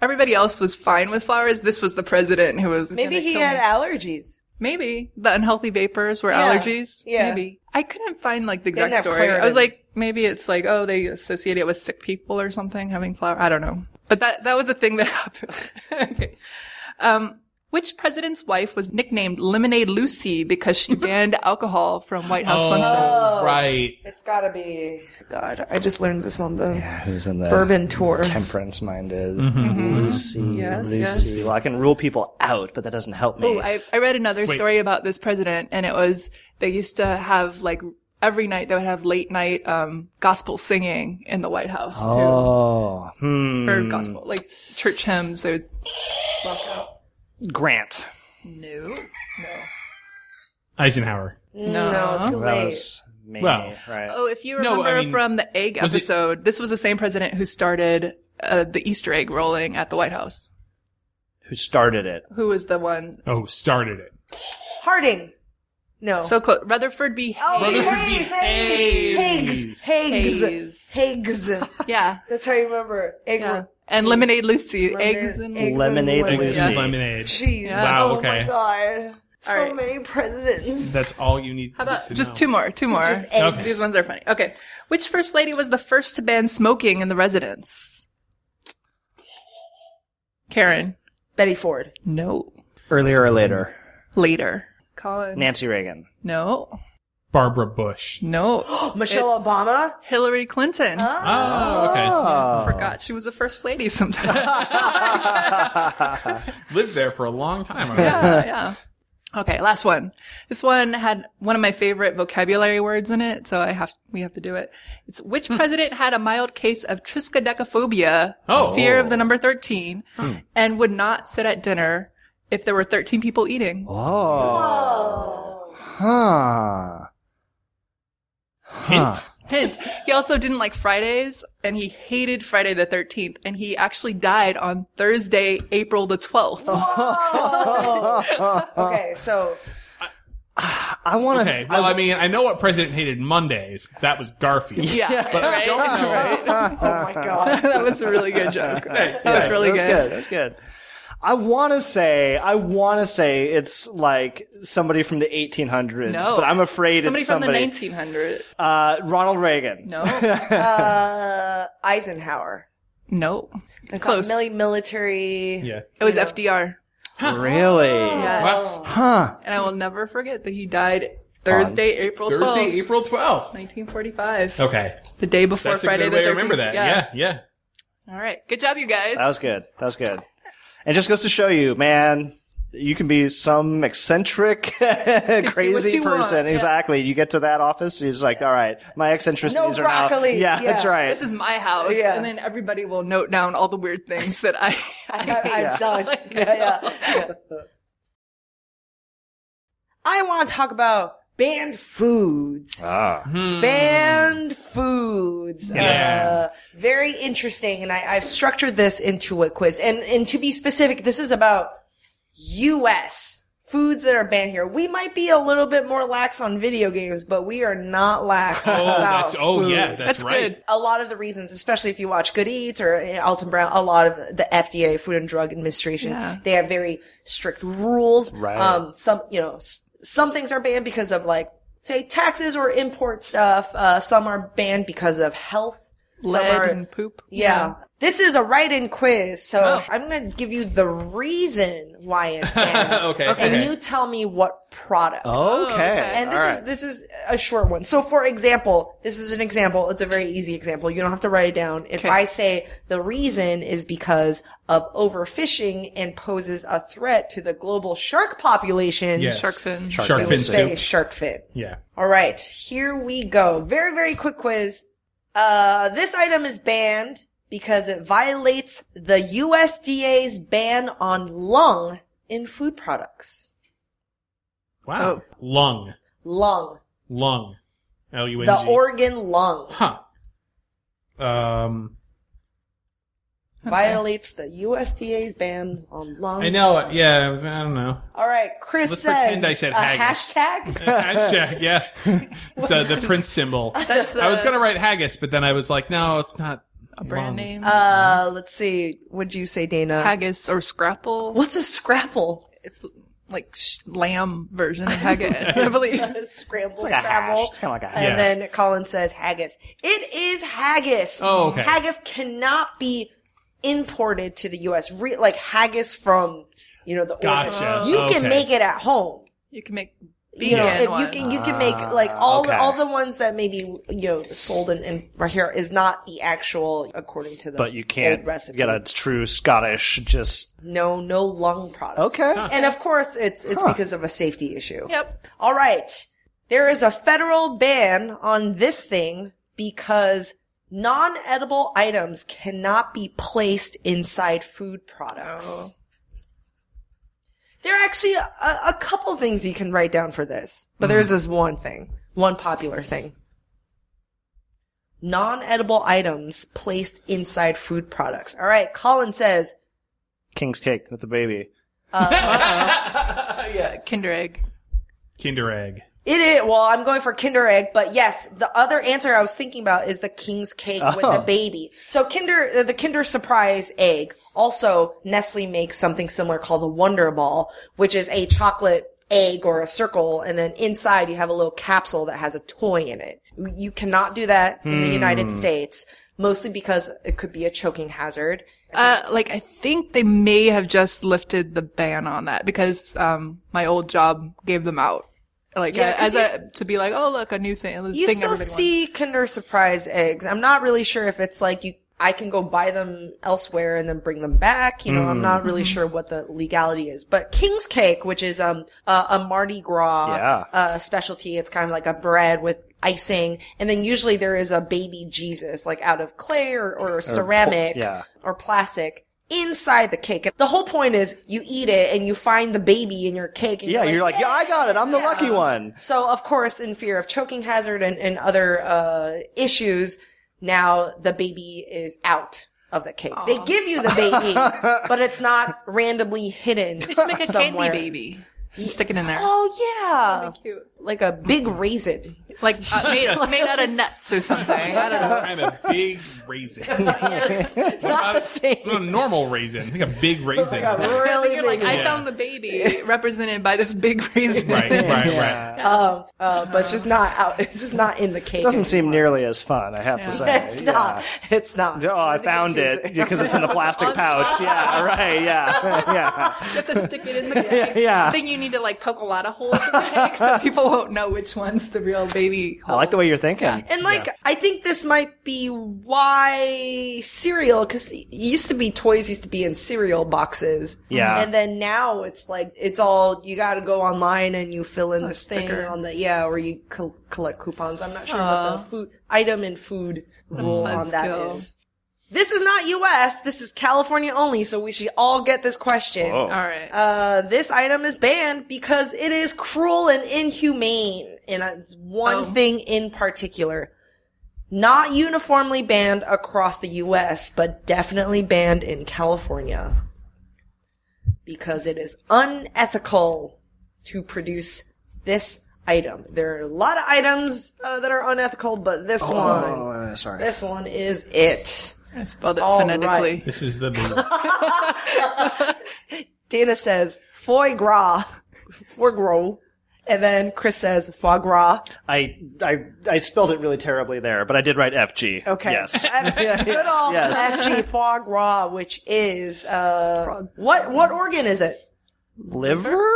Speaker 3: everybody else was fine with flowers. This was the president who was
Speaker 1: Maybe
Speaker 3: gonna
Speaker 1: he
Speaker 3: kill
Speaker 1: had
Speaker 3: me.
Speaker 1: allergies.
Speaker 3: maybe the unhealthy vapors were
Speaker 1: Yeah,
Speaker 3: allergies.
Speaker 1: yeah.
Speaker 3: maybe I couldn't find like the
Speaker 1: They didn't
Speaker 3: exact
Speaker 1: have
Speaker 3: story. I was
Speaker 1: Claritin.
Speaker 3: like, maybe it's like oh they associate it with sick people or something having flower. I don't know, but that that was the thing that happened. okay. Um, which president's wife was nicknamed Lemonade Lucy because she banned alcohol from White House functions?
Speaker 4: Oh, right.
Speaker 1: It's gotta be. God, I just learned this on the
Speaker 2: Yeah, who's in the
Speaker 1: bourbon tour.
Speaker 2: temperance minded? Mm-hmm. Lucy.
Speaker 3: Mm-hmm. Yes,
Speaker 2: Lucy.
Speaker 3: yes.
Speaker 2: Well, I can rule people out, but that doesn't help me.
Speaker 3: Oh, I, I read another
Speaker 4: Wait.
Speaker 3: story about this president, and it was they used to have like every night they would have late night um, gospel singing in the White House
Speaker 2: oh.
Speaker 3: too,
Speaker 2: Hmm.
Speaker 3: or gospel like church hymns. They would walk out.
Speaker 2: Grant.
Speaker 3: No, no.
Speaker 4: Eisenhower.
Speaker 3: No.
Speaker 1: too
Speaker 2: Well, that
Speaker 1: late.
Speaker 2: was me,
Speaker 4: Well.
Speaker 2: right?
Speaker 3: Oh, if you
Speaker 4: No, I
Speaker 3: remember
Speaker 4: mean,
Speaker 3: from the egg
Speaker 4: was it-
Speaker 3: episode, this was the same president who started uh, the Easter egg rolling at the White House.
Speaker 2: Who started it?
Speaker 3: Who was the one
Speaker 4: Oh, started it.
Speaker 1: Harding.
Speaker 4: Oh.
Speaker 1: No.
Speaker 3: so close? Rutherford B.
Speaker 1: oh,
Speaker 3: Hayes.
Speaker 1: Hayes, Hayes, Hayes, Hayes, Hayes.
Speaker 3: Yeah,
Speaker 1: That's how you remember. Egg
Speaker 3: yeah.
Speaker 1: roll.
Speaker 3: And lemonade Lucy,
Speaker 1: Lemonade-
Speaker 3: eggs and
Speaker 1: eggs
Speaker 2: Lemonade
Speaker 1: and
Speaker 2: Lucy.
Speaker 4: Exit
Speaker 2: Yeah.
Speaker 4: Lemonade.
Speaker 1: Jeez.
Speaker 3: Yeah.
Speaker 4: Wow,
Speaker 1: Oh
Speaker 4: okay.
Speaker 1: my god. So
Speaker 3: All right.
Speaker 1: many presidents.
Speaker 4: That's all you need.
Speaker 3: How about
Speaker 4: to
Speaker 3: just
Speaker 4: know.
Speaker 3: two more? Two more.
Speaker 1: Just eggs.
Speaker 4: Okay.
Speaker 3: These ones are funny. Okay. Which first lady was the first to ban smoking in the residence? Karen.
Speaker 1: Betty Ford.
Speaker 3: No.
Speaker 2: Earlier or later?
Speaker 3: Later. Colin.
Speaker 2: Nancy Reagan.
Speaker 3: No.
Speaker 4: Barbara Bush.
Speaker 3: No.
Speaker 1: Michelle Obama.
Speaker 3: Hillary Clinton.
Speaker 4: Oh, okay.
Speaker 3: Forgot she was a first lady sometimes.
Speaker 4: Lived there for a long time.
Speaker 3: yeah, yeah. Okay, last one. This one had one of my favorite vocabulary words in it, so I have we have to do it. It's which president had a mild case of triskaidekaphobia,
Speaker 4: Oh.
Speaker 3: fear of the number thirteen, and would not sit at dinner if there were thirteen people eating.
Speaker 2: Oh. Huh. Huh.
Speaker 4: Hint.
Speaker 3: Hence, he also didn't like Fridays, and he hated Friday the thirteenth, and he actually died on Thursday, April the twelfth. Oh.
Speaker 1: Okay, so
Speaker 2: I want to.
Speaker 4: Okay. Well, I mean, I know what president hated Mondays. That was Garfield.
Speaker 3: Yeah,
Speaker 4: I don't know.
Speaker 1: oh my god.
Speaker 3: that was a really good joke. that was really
Speaker 2: that's
Speaker 3: good.
Speaker 2: good. That's good. I want to say, I want to say it's like somebody from the 1800s,
Speaker 3: No.
Speaker 2: but I'm afraid
Speaker 3: Somebody
Speaker 2: it's
Speaker 3: from
Speaker 2: somebody.
Speaker 3: the 1900s.
Speaker 2: uh, Ronald Reagan.
Speaker 3: No,
Speaker 1: Uh, Eisenhower.
Speaker 3: no,
Speaker 1: It's
Speaker 3: close.
Speaker 1: not Millie military.
Speaker 4: Yeah.
Speaker 3: It was FDR.
Speaker 2: Really?
Speaker 4: Wow.
Speaker 2: Huh.
Speaker 3: And I will never forget that he died Thursday, April 12th,
Speaker 4: Thursday, April 12th.
Speaker 3: 1945.
Speaker 4: Okay.
Speaker 3: The day before
Speaker 4: That's a
Speaker 3: Friday
Speaker 4: good
Speaker 3: the
Speaker 4: way to
Speaker 3: 13th.
Speaker 4: remember that. Yeah. Yeah.
Speaker 3: All right. Good job, you guys.
Speaker 2: That was good. That was good. And just goes to show you, man, you can be some eccentric, crazy
Speaker 3: you want,
Speaker 2: person.
Speaker 3: yeah.
Speaker 2: Exactly. You get to that office, he's like, all right, my eccentricities
Speaker 1: No
Speaker 2: are now.
Speaker 1: broccoli.
Speaker 2: Yeah,
Speaker 1: Yeah.
Speaker 2: that's right.
Speaker 3: This is my house.
Speaker 1: Yeah.
Speaker 3: And then everybody will note down all the weird things that I, I hate.
Speaker 1: I, am done. Yeah, yeah, yeah. I want to talk about banned foods.
Speaker 2: ah.
Speaker 1: Banned foods.
Speaker 4: Mm. Yeah.
Speaker 1: Uh, very interesting. And I, I've structured this into a quiz. And, and to be specific, this is about U.S. foods that are banned here. We might be a little bit more lax on video games, but we are not lax
Speaker 4: Oh,
Speaker 1: about
Speaker 4: that's, oh,
Speaker 1: food
Speaker 4: yeah. That's,
Speaker 3: That's
Speaker 4: right.
Speaker 3: good.
Speaker 1: a lot of the reasons, especially if you watch Good Eats or you know, Alton Brown, a lot of the FDA, Food and Drug Administration,
Speaker 3: Yeah.
Speaker 1: they have very strict rules.
Speaker 2: Right.
Speaker 1: Um, some, you know, s- some things are banned because of like, say, taxes or import stuff. Uh, some are banned because of health
Speaker 3: lead
Speaker 1: are-
Speaker 3: and poop.
Speaker 1: Yeah. This is a write-in quiz, so
Speaker 3: Oh.
Speaker 1: I'm going to give you the reason why it's banned.
Speaker 4: okay.
Speaker 1: And
Speaker 4: okay.
Speaker 1: you tell me what product.
Speaker 2: Oh, Okay.
Speaker 3: okay.
Speaker 1: And this
Speaker 2: All
Speaker 1: is
Speaker 2: right.
Speaker 1: this is a short one. So for example, this is an example. It's a very easy example. You don't have to write it down. If
Speaker 3: Okay.
Speaker 1: I say the reason is because of overfishing and poses a threat to the global shark population,
Speaker 4: Yes.
Speaker 3: Shark fin.
Speaker 4: Shark,
Speaker 2: fin
Speaker 4: fin
Speaker 1: say
Speaker 4: soup.
Speaker 1: shark fin.
Speaker 4: Yeah.
Speaker 1: All right, here we go. Very, very quick quiz. Uh, this item is banned because it violates the USDA's ban on lung in food products.
Speaker 4: Wow. Lung.
Speaker 1: Lung.
Speaker 4: Lung. L U N G.
Speaker 1: The organ lung
Speaker 4: Huh. Um.
Speaker 1: violates the USDA's ban on lung.
Speaker 4: I know. it. Yeah. I, was, I don't know.
Speaker 1: All right, Chris
Speaker 4: Let's
Speaker 1: says
Speaker 4: pretend I said
Speaker 1: a
Speaker 4: haggis.
Speaker 1: hashtag.
Speaker 4: Hashtag. Yeah. so the prince symbol.
Speaker 3: That's the
Speaker 4: I was gonna write haggis, but then I was like, no, it's not a
Speaker 3: brand name.
Speaker 1: Uh, let's see. What'd you say, Dana?
Speaker 3: haggis or scrapple.
Speaker 1: What's a scrapple?
Speaker 3: It's like sh- lamb version of haggis, I believe.
Speaker 1: A scramble,
Speaker 2: Like a hash.
Speaker 1: scrabble.
Speaker 2: It's kind of like a hash.
Speaker 4: Yeah.
Speaker 1: And then Colin says haggis. It is haggis.
Speaker 4: Oh, okay.
Speaker 1: Haggis cannot be imported to the U.S. Re- like haggis from you know the origin.
Speaker 4: Gotcha.
Speaker 1: You can
Speaker 4: Okay.
Speaker 1: make it at home.
Speaker 3: You can make
Speaker 1: You know,
Speaker 3: vegan
Speaker 1: if you
Speaker 3: ones.
Speaker 1: can you can make like all the,
Speaker 2: okay.
Speaker 1: all the ones that maybe you know sold in, in right here is not the actual according to the
Speaker 2: But you can't
Speaker 1: old recipe.
Speaker 2: get a true Scottish just.
Speaker 1: no no lung product.
Speaker 2: Okay.
Speaker 1: And of course, it's it's because of a safety issue.
Speaker 3: Yep.
Speaker 1: All right. There is a federal ban on this thing because non-edible items cannot be placed inside food products.
Speaker 3: Oh.
Speaker 1: There are actually a, a couple things you can write down for this, but there's this one thing, one popular thing. Non-edible items placed inside food products. All right. Colin says,
Speaker 2: King's cake with the baby.
Speaker 3: Kinder Egg.
Speaker 4: Kinder Egg.
Speaker 1: It is. Well, I'm going for Kinder Egg, but yes, the other answer I was thinking about is the King's Cake with the
Speaker 2: Oh.
Speaker 1: baby. So Kinder, uh, the Kinder Surprise Egg. Also, Nestle makes something similar called the Wonder Ball, which is a chocolate egg or a circle, and then inside you have a little capsule that has a toy in it. You cannot do that in the United States, mostly because it could be a choking hazard.
Speaker 3: Uh, like I think they may have just lifted the ban on that because um my old job gave them out. Like
Speaker 1: Yeah,
Speaker 3: uh,
Speaker 1: 'cause
Speaker 3: as
Speaker 1: you
Speaker 3: a to be like, oh look, a new thing. a
Speaker 1: You
Speaker 3: thing
Speaker 1: still
Speaker 3: everybody wants.
Speaker 1: see Kinder Surprise eggs. I'm not really sure if it's like you. I can go buy them elsewhere and then bring them back. You know,
Speaker 2: Mm.
Speaker 1: I'm not really sure what the legality is. But King's Cake, which is um a, a Mardi Gras
Speaker 2: Yeah.
Speaker 1: uh, specialty, it's kind of like a bread with icing, and then usually there is a baby Jesus, like out of clay or, or ceramic
Speaker 2: yeah.
Speaker 1: or plastic. Inside the cake. The whole point is you eat it and you find the baby in your cake. And
Speaker 2: Yeah, you're like, yeah, I got it. I'm the lucky one.
Speaker 1: so, of course, in fear of choking hazard and, and other uh, issues, now the baby is out of the cake. They give you the baby, but it's not randomly hidden.
Speaker 3: They should make a
Speaker 1: somewhere.
Speaker 3: candy baby. And stick it in there.
Speaker 1: Oh yeah,
Speaker 3: Cute.
Speaker 1: like a big raisin.
Speaker 3: Like uh, made, made out of nuts or something. I don't know.
Speaker 4: I'm a big raisin. What
Speaker 1: Not
Speaker 4: about
Speaker 1: the
Speaker 4: a-
Speaker 1: same.
Speaker 4: what about a normal raisin. I think a
Speaker 3: Oh
Speaker 4: big raisin.
Speaker 1: Like
Speaker 4: is
Speaker 1: a
Speaker 4: a-
Speaker 1: really
Speaker 3: You're like,
Speaker 1: big.
Speaker 3: I
Speaker 4: Yeah.
Speaker 3: found the baby represented by this big raisin.
Speaker 4: right, right, right.
Speaker 1: um, uh, but it's just not out. It's just not in the cake.
Speaker 2: It doesn't seem nearly as fun, I have to say.
Speaker 1: It's
Speaker 2: Yeah.
Speaker 1: not. It's not.
Speaker 2: Oh, I found it because it's in the plastic pouch. Yeah, right. Yeah, yeah,
Speaker 3: You have to stick it in the cake.
Speaker 2: yeah.
Speaker 3: I think you need to like poke a lot of holes in the cake so people won't know which one's the real baby.
Speaker 2: I like the way you're thinking.
Speaker 1: And like, I think this might be why cereal, because used to be toys used to be in cereal boxes.
Speaker 2: Yeah.
Speaker 1: And then now it's like it's all you got to go online and you fill in this thing
Speaker 3: sticker. Oh.
Speaker 1: on the yeah, or you co- collect coupons. I'm not sure what the food item and food rule on
Speaker 3: Let's
Speaker 1: that
Speaker 3: go.
Speaker 1: is. This is not U.S. This is California only, so we should all get this question.
Speaker 2: Whoa.
Speaker 3: All right.
Speaker 1: Uh, this item is banned because it is cruel and inhumane in a, one
Speaker 3: Oh.
Speaker 1: thing in particular. Not uniformly banned across the US, but definitely banned in California. Because it is unethical to produce this item. There are a lot of items uh, that are unethical, but this
Speaker 3: Oh,
Speaker 1: one,
Speaker 2: uh, sorry.
Speaker 1: this one is it.
Speaker 3: I spelled it
Speaker 1: all
Speaker 3: phonetically.
Speaker 4: This is the
Speaker 1: Dana says, foie gras, foie gras And then Chris says foie gras.
Speaker 2: I, I, I spelled it really terribly there, but I did write FG.
Speaker 1: Okay.
Speaker 2: Yes.
Speaker 1: F- Good old
Speaker 2: Yes.
Speaker 1: FG foie gras, which is uh, what what organ is it?
Speaker 2: Liver?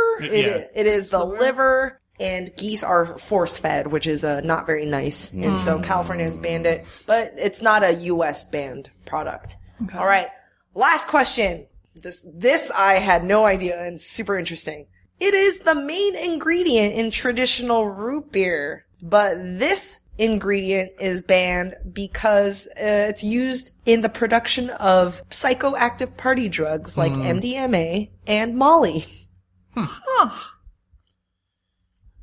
Speaker 1: It,
Speaker 4: yeah.
Speaker 1: it is the liver, and geese are force fed, which is uh, not very nice. And so California has banned it, but it's not a U.S. banned product. All right, last question. This this I had no idea, and super interesting. It is the main ingredient in traditional root beer, but this ingredient is banned because uh, it's used in the production of psychoactive party drugs like MDMA and Molly.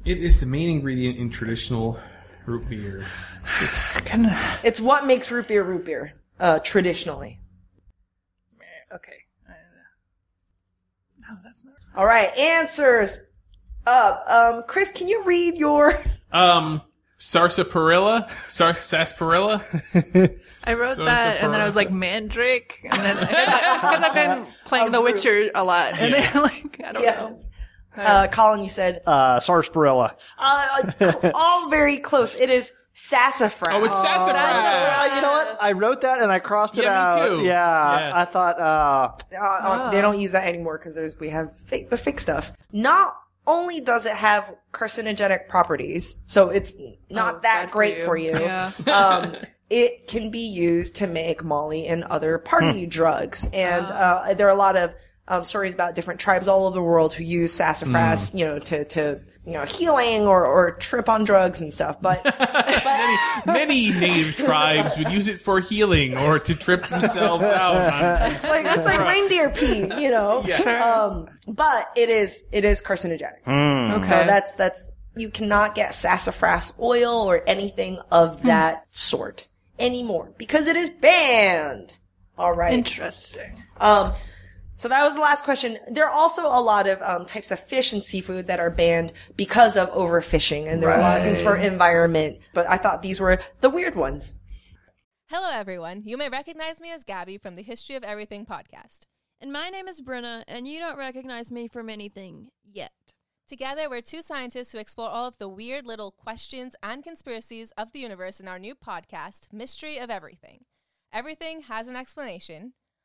Speaker 4: It is the main ingredient in traditional root beer.
Speaker 1: It's what makes root beer root beer uh, traditionally.
Speaker 3: Okay. No, that's not.
Speaker 1: All right, answers up. Um, Chris, can you read your?
Speaker 4: Um, sarsaparilla, Sars- sarsaparilla.
Speaker 3: I wrote
Speaker 4: So
Speaker 3: that, and then I was like Mandrake, and then because I've been playing The Witcher a lot, and then like I don't
Speaker 1: Yeah.
Speaker 3: know.
Speaker 1: Uh, Colin, you said
Speaker 2: Uh, sarsaparilla.
Speaker 1: uh, cl- all very close. It is sassafras.
Speaker 4: oh, it's sassafras.
Speaker 2: Uh, you know what? I wrote that and I crossed it
Speaker 4: Yeah, me
Speaker 2: out.
Speaker 4: too.
Speaker 2: Yeah,
Speaker 4: Yeah.
Speaker 2: I thought, uh,
Speaker 1: Uh, uh, They don't use that anymore because there's we have fake, the fake stuff. Not only does it have carcinogenic properties, so it's
Speaker 3: Oh,
Speaker 1: not that great for you.
Speaker 3: Yeah.
Speaker 1: um, it can be used to make Molly and other party drugs. And uh, there are a lot of um, stories about different tribes all over the world who use sassafras, you know, to, to you know healing or, or trip on drugs and stuff. But
Speaker 4: Many native tribes would use it for healing or to trip themselves out. On
Speaker 1: it's like it's like reindeer pee, you know. Um, but it is it is carcinogenic.
Speaker 3: Okay.
Speaker 1: So that's that's you cannot get sassafras oil or anything of that sort anymore because it is banned. All right.
Speaker 3: interesting.
Speaker 1: Um, so that was the last question. There are also a lot of um, types of fish and seafood that are banned because of overfishing, and there are a lot of things for environment. But I thought these were the weird ones.
Speaker 7: Hello, everyone. You may recognize me as Gabby from the History of Everything podcast. And my name is Brenna, and you don't recognize me from anything yet. Together, we're two scientists who explore all of the weird little questions and conspiracies of the universe in our new podcast, Mystery of Everything. Everything has an explanation,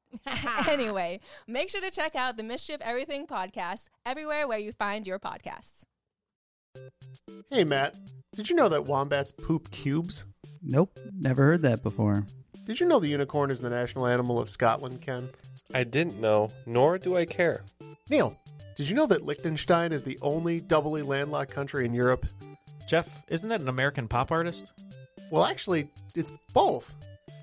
Speaker 7: anyway, make sure to check out the Mystery of Everything podcast everywhere where you find your podcasts.
Speaker 8: Hey, Matt, did you know that wombats poop cubes?
Speaker 9: Nope, never heard that before.
Speaker 8: Did you know the unicorn is the national animal of Scotland, Ken?
Speaker 10: I didn't know, nor do I care.
Speaker 8: Neil, did you know that Liechtenstein is the only doubly landlocked country in Europe?
Speaker 11: Jeff, isn't that an American pop artist?
Speaker 8: Well, actually, it's both.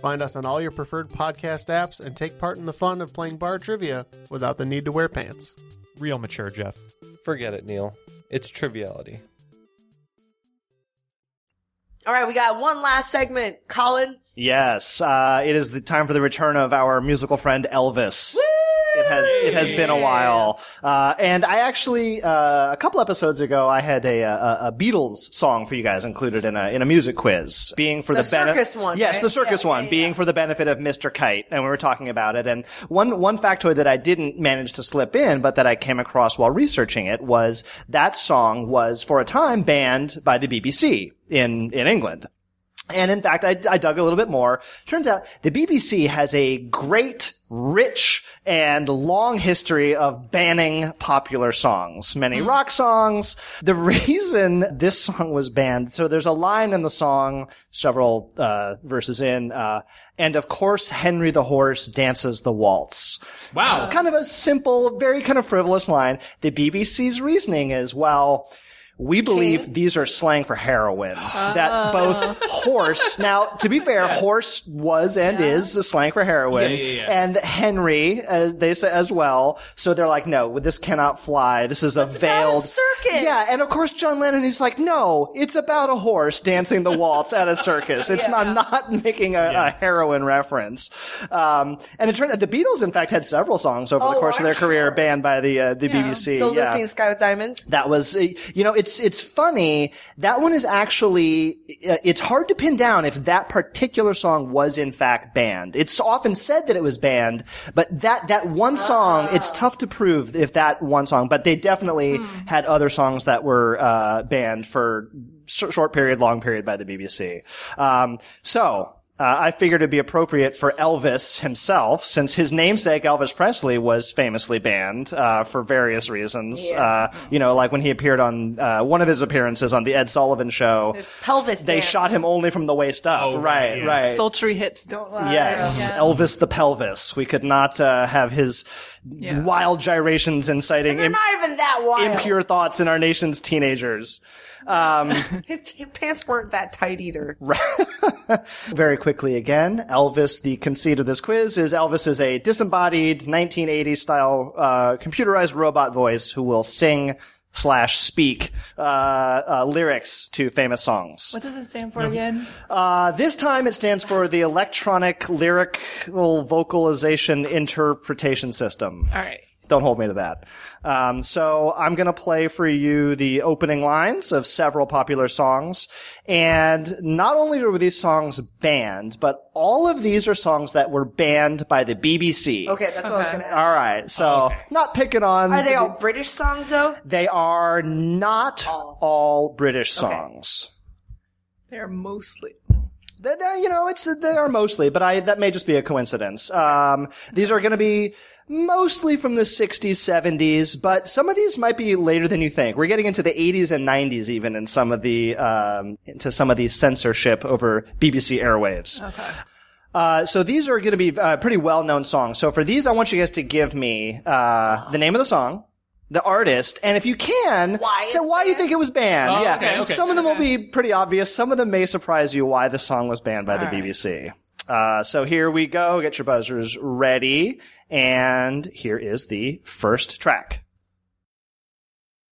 Speaker 8: Find us on all your preferred podcast apps and take part in the fun of playing bar trivia without the need to wear pants.
Speaker 11: Real mature, Jeff.
Speaker 10: Forget it, Neil. It's Triviality.
Speaker 1: All right, we got one last segment. Colin,
Speaker 2: yes, uh, it is the time for the return of our musical friend Elvis. It has it has been a while, uh, and I actually uh, a couple episodes ago I had a, a a Beatles song for you guys included in a in a music quiz, being for the,
Speaker 1: The
Speaker 2: benefit
Speaker 1: circus one,
Speaker 2: Yes,
Speaker 1: right?
Speaker 2: the circus
Speaker 1: Yeah,
Speaker 2: one,
Speaker 1: yeah, yeah.
Speaker 2: being for the benefit of Mr. Kite, and we were talking about it. And one one factoid that I didn't manage to slip in, but that I came across while researching it was that song was for a time banned by the BBC in in England. And in fact, I, I dug a little bit more. Turns out the BBC has a great rich and long history of banning popular songs, many rock songs. The reason this song was banned, so there's a line in the song, several uh, verses in, uh, and of course Henry the Horse dances the waltz.
Speaker 4: Wow.
Speaker 2: kind of a simple, very kind of frivolous line. The BBC's reasoning is, well, we believe these are slang for heroin.
Speaker 4: Uh.
Speaker 2: That both horse, now to be fair, horse was and is the slang for heroin.
Speaker 4: Yeah, yeah,
Speaker 2: And Henry, uh, they say as well. So they're like, no, this cannot fly. This is a veiled
Speaker 1: circus.
Speaker 2: Yeah, and of course John Lennon is like, no, it's about a horse dancing the waltz at a circus. It's not not making a, a heroin reference. Um, and it turned out the Beatles, in fact, had several songs over the
Speaker 1: Oh,
Speaker 2: course of their
Speaker 1: I'm
Speaker 2: career banned by the uh, the BBC.
Speaker 1: So
Speaker 2: yeah.
Speaker 1: Lucy and Sky with Diamonds.
Speaker 2: That was, uh, you know, it's, it's funny. That one is actually, uh, it's hard to pin down if that particular song was in fact banned. It's often said that it was banned, but that, that one song, it's tough to prove if that one song, but they definitely had other songs that were, uh, banned for sh- short period, long period by the BBC. Um, so. Uh, I figured it'd be appropriate for Elvis himself, since his namesake Elvis Presley was famously banned uh, for various reasons. Uh, you know, like when he appeared on uh, one of his appearances on the Ed Sullivan Show,
Speaker 1: His pelvis.
Speaker 2: they
Speaker 1: dance.
Speaker 2: shot him only from the waist up. right, right.
Speaker 3: Sultry hips don't lie.
Speaker 2: Yes,
Speaker 3: Yeah.
Speaker 2: Elvis the pelvis. We could not uh, have his wild gyrations inciting
Speaker 1: They're
Speaker 2: im-
Speaker 1: not even that wild.
Speaker 2: impure thoughts in our nation's teenagers. Um,
Speaker 1: His t- pants weren't that tight either.
Speaker 2: Very quickly again, Elvis, the conceit of this quiz is Elvis is a disembodied 1980s style uh, computerized robot voice who will sing slash speak uh, uh, lyrics to famous songs.
Speaker 3: What does it stand for again?
Speaker 2: Uh, this time it stands for the Electronic Lyrical Vocalization Interpretation System.
Speaker 3: All right.
Speaker 2: Don't hold me to that. Um, so I'm going to play for you the opening lines of several popular songs. And not only were these songs banned, but all of these are songs that were banned by the BBC.
Speaker 1: Okay, that's what I was
Speaker 3: Okay.
Speaker 1: gonna ask.
Speaker 2: All right. So not picking on.
Speaker 1: Are they all British songs though?
Speaker 2: They are not all, British songs.
Speaker 3: They're mostly.
Speaker 2: Th- th- You know, it's they are mostly, but I that may just be a coincidence. Um, these are going to be mostly from the '60s, '70s, but some of these might be later than you think. We're getting into the '80s and '90s, even in some of the um, into some of the censorship over BBC airwaves. Okay. Uh, so these are going to be uh, pretty well-known songs. So for these, I want you guys to give me uh, the name of the song, the artist, and if you can,
Speaker 1: Why
Speaker 2: tell
Speaker 1: it's
Speaker 2: why you think it was banned.
Speaker 4: Oh,
Speaker 2: yeah,
Speaker 4: okay, okay.
Speaker 2: some of them will be pretty obvious. Some of them may surprise you why the song was banned by the BBC. Uh, so here we go. Get your buzzers ready, and here is the first track.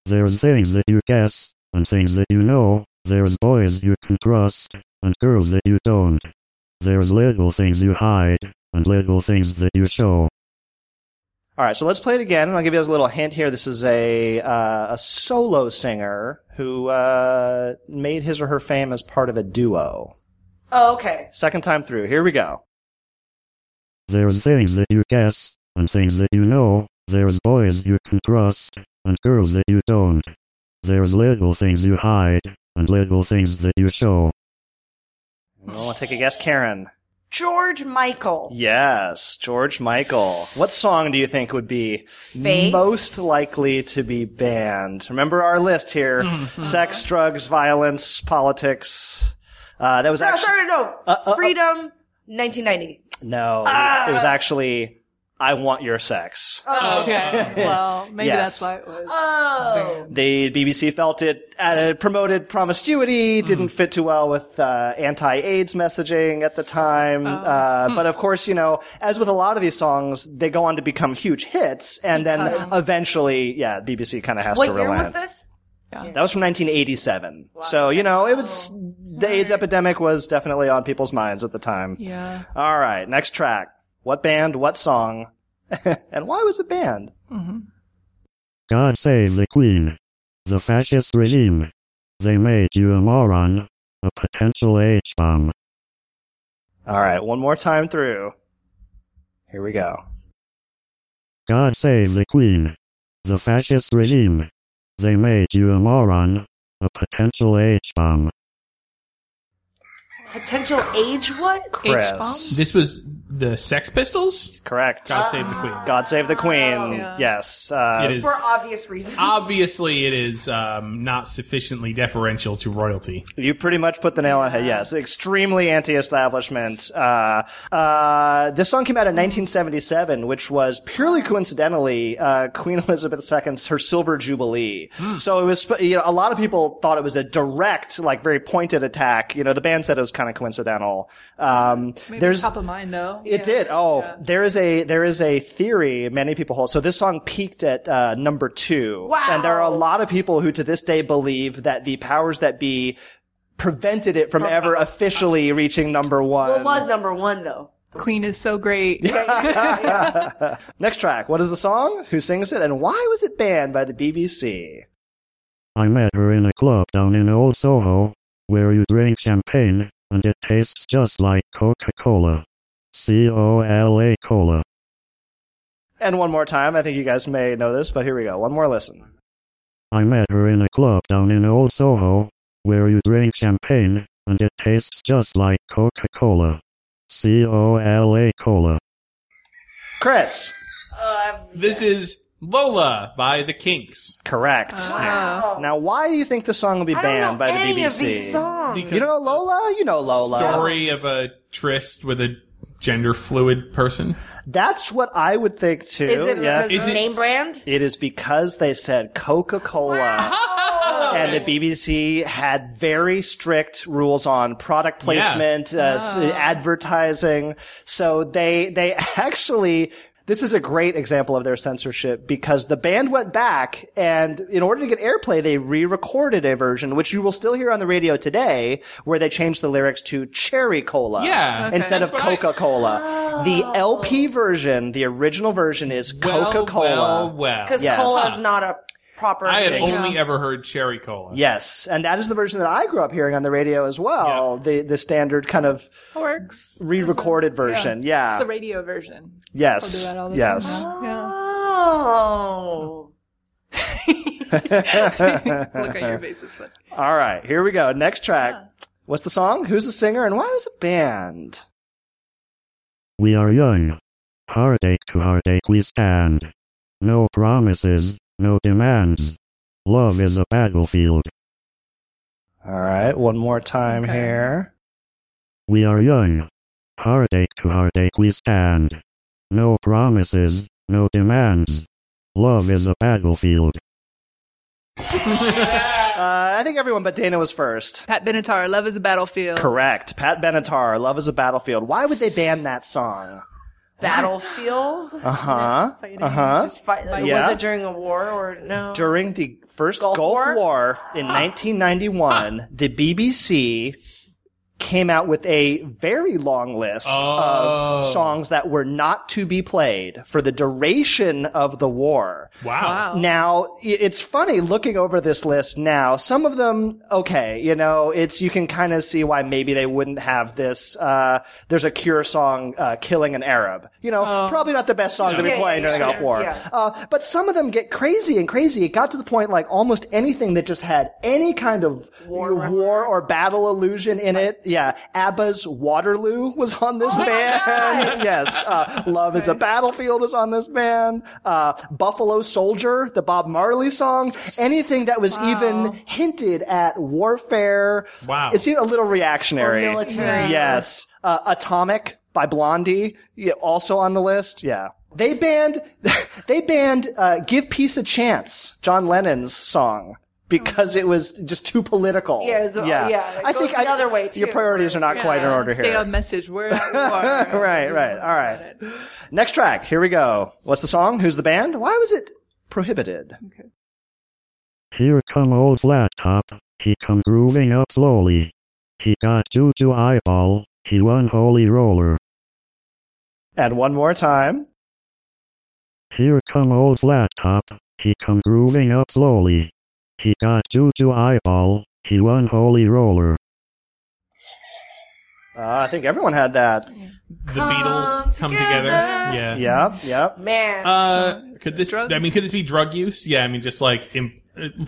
Speaker 12: There's things that you guess, and things that you know. There's boys you can trust, and girls that you don't. There's little things you hide, and little things that you show.
Speaker 2: All right, so let's play it again, and I'll give you guys a little hint here. This is a uh, a solo singer who uh, made his or her fame as part of a duo.
Speaker 1: Oh, okay.
Speaker 2: Second time through. Here we go.
Speaker 12: There's things that you guess, and things that you know. There's boys you can trust, and girls that you don't. There's little things you hide, and little things that you show.
Speaker 2: I want to take a guess, Karen.
Speaker 1: George Michael.
Speaker 2: Yes, George Michael. What song do you think would be
Speaker 1: Faith?
Speaker 2: most likely to be banned? Remember our list here: sex, drugs, violence, politics. Uh, that was
Speaker 1: No,
Speaker 2: actually
Speaker 1: sorry, no.
Speaker 2: Uh, uh, uh.
Speaker 1: Freedom, 1990.
Speaker 2: no. It was actually "I Want Your Sex."
Speaker 3: Okay. well, maybe
Speaker 2: Yes.
Speaker 3: that's why it was.
Speaker 1: Oh.
Speaker 2: The BBC felt it uh, promoted
Speaker 1: Mm.
Speaker 2: promiscuity, didn't fit too well with uh, anti-AIDS messaging at the time.
Speaker 1: Oh. Hmm.
Speaker 2: Uh, But of course, you know, as with a lot of these songs, they go on to become huge hits, and
Speaker 1: Because-
Speaker 2: then eventually, yeah, BBC kind of has
Speaker 1: What
Speaker 2: to
Speaker 1: year
Speaker 2: relent.
Speaker 1: was this?
Speaker 2: That was from 1987. So you know, it was
Speaker 1: Oh.
Speaker 2: the AIDS epidemic was definitely on people's minds at the time.
Speaker 3: Yeah.
Speaker 2: All right, next track. What band? What song? and why was it banned?
Speaker 3: Mm-hmm.
Speaker 12: God save the Queen. The fascist regime. They made you a moron, a potential H bomb.
Speaker 2: All right, one more time through. Here we go.
Speaker 12: God save the Queen. The fascist regime. They made you a moron, a potential H bomb.
Speaker 1: Potential age what?
Speaker 2: Chris.
Speaker 4: This was the Sex Pistols?
Speaker 2: Correct.
Speaker 4: God Save the Queen.
Speaker 2: God Save the Queen.
Speaker 4: Yeah.
Speaker 2: Yes. Uh,
Speaker 4: It is-
Speaker 1: for obvious reasons.
Speaker 4: Obviously, it is um, not sufficiently deferential to royalty.
Speaker 2: You pretty much put the nail on the head. Yes, extremely anti-establishment. Uh, uh, this song came out in 1977, which was purely coincidentally uh, Queen Elizabeth II's her Silver Jubilee. so it was, sp- you know, a lot of people thought it was a direct, like very pointed attack. You know, the band said it was kind of coincidental. Um,
Speaker 3: Maybe
Speaker 2: there's
Speaker 3: top of mind though.
Speaker 2: it did. Oh, there is a there is a theory many people hold. So this song peaked at uh, number two,
Speaker 1: Wow.
Speaker 2: and there are a lot of people who to this day believe that the powers that be prevented it from ever officially reaching number one.
Speaker 1: Well, it was number one though.
Speaker 3: Queen is so great.
Speaker 2: Next track. What is the song? Who sings it? And why was it banned by the BBC?
Speaker 12: I met her in a club down in Old Soho, where you drink champagne, and it tastes just like Coca Cola. C O L A Cola.
Speaker 2: And one more time. I think you guys may know this, but here we go. One more listen.
Speaker 12: I met her in a club down in Old Soho, where you drink champagne, and it tastes just like Coca Cola. C O L A Cola.
Speaker 2: Chris.
Speaker 4: this is Lola by the Kinks.
Speaker 2: Correct. Now, why do you think the song will be banned by the BBC? You know Lola. You know Lola.
Speaker 4: Story of a tryst with a gender fluid person.
Speaker 2: That's what I would think too.
Speaker 1: Is it
Speaker 2: yes.
Speaker 1: because of name brand?
Speaker 2: It is because they said Coca Cola. And the BBC had very strict rules on product placement, uh, s-
Speaker 1: Oh.
Speaker 2: advertising. So they they actually this is a great example of their censorship because the band went back and in order to get airplay, they re-recorded a version, which you will still hear on the radio today, where they changed the lyrics to cherry cola
Speaker 4: Yeah. Okay.
Speaker 2: instead of
Speaker 4: That's what I- Oh.
Speaker 2: Coca Cola. The LP version, the original version, is
Speaker 4: Well,
Speaker 2: Coca Cola.
Speaker 4: well, well. 'Cause
Speaker 1: Cola is not a proper.
Speaker 4: I had
Speaker 1: thing.
Speaker 4: only ever heard cherry cola.
Speaker 2: Yes, and that is the version that I grew up hearing on the radio as well. The the standard kind of
Speaker 3: Works.
Speaker 2: re-recorded version. Yeah.
Speaker 3: It's the radio version.
Speaker 2: Yes.
Speaker 3: I'll do that all the
Speaker 2: Yes.
Speaker 3: time. Yeah.
Speaker 1: Oh.
Speaker 3: Look at your faces. But
Speaker 2: All right, here we go. Next track. What's the song? Who's the singer? And why was it banned?
Speaker 12: We are young. Heartache to heartache we stand. No promises, no demands. Love is a battlefield.
Speaker 2: All right, one more time here.
Speaker 12: We are young. Heartache to heartache we stand. No promises, no demands. Love is a battlefield.
Speaker 2: Uh, I think everyone but Dana was first.
Speaker 3: Pat Benatar, Love is a Battlefield.
Speaker 2: Correct. Pat Benatar, Love is a Battlefield. Why would they ban that song?
Speaker 1: Battlefield.
Speaker 2: Uh huh.
Speaker 1: Fighting.
Speaker 2: Uh huh.
Speaker 1: Just fight. like,
Speaker 2: Yeah.
Speaker 1: Was it during a war or no?
Speaker 2: During the first Gulf, War, in 1991, the BBC came out with a very long list
Speaker 4: Oh.
Speaker 2: of songs that were not to be played for the duration of the war.
Speaker 1: Oh.
Speaker 4: Wow.
Speaker 2: Now, i- it's funny looking over this list now. Some of them, okay, you know, it's, you can kind of see why maybe they wouldn't have this. Uh, there's a Cure song, uh, Killing an Arab. You know, probably not the best song to be
Speaker 1: Oh. Yeah, yeah,
Speaker 2: playing during the
Speaker 1: yeah,
Speaker 2: Gulf War.
Speaker 1: yeah.
Speaker 2: Uh, but some of them get crazy and crazy. It got to the point like almost anything that just had any kind of war, or battle illusion in it. Yeah. ABBA's Waterloo was on this band. yes. Uh, Love is a Battlefield was on this band. Uh, Buffalo Soldier, the Bob Marley songs. Anything that was even hinted at warfare.
Speaker 4: Wow.
Speaker 2: It seemed a little reactionary.
Speaker 1: Or military. Yeah.
Speaker 2: Yes. Uh, Atomic by Blondie, yeah, also on the list. Yeah. They banned, they banned, uh, Give Peace a Chance, John Lennon's song, because it was just too political.
Speaker 1: Oh. Yeah, it was- uh, yeah, it
Speaker 2: I
Speaker 1: goes
Speaker 2: think
Speaker 1: the
Speaker 2: I-
Speaker 1: other way,
Speaker 2: Your
Speaker 1: too,
Speaker 2: priorities are not quite in order
Speaker 3: Um, Stay
Speaker 2: here.
Speaker 3: on message. We're at war.
Speaker 2: right, right. All right. Next track. Here we go. What's the song? Who's the band? Why was it prohibited?
Speaker 12: Here come old flat top, he come grooving up slowly. He got juju eyeball, he one holy roller.
Speaker 2: And one more time.
Speaker 12: Here come old flat top, he come grooving up slowly. He got juju eyeball, he one holy roller.
Speaker 2: Uh, I think everyone had that.
Speaker 4: The Beatles come together. Yeah.
Speaker 2: Yep, yep.
Speaker 1: Man.
Speaker 4: Uh, could this? I mean, could this be drug use? Yeah. I mean, just like im-
Speaker 1: Is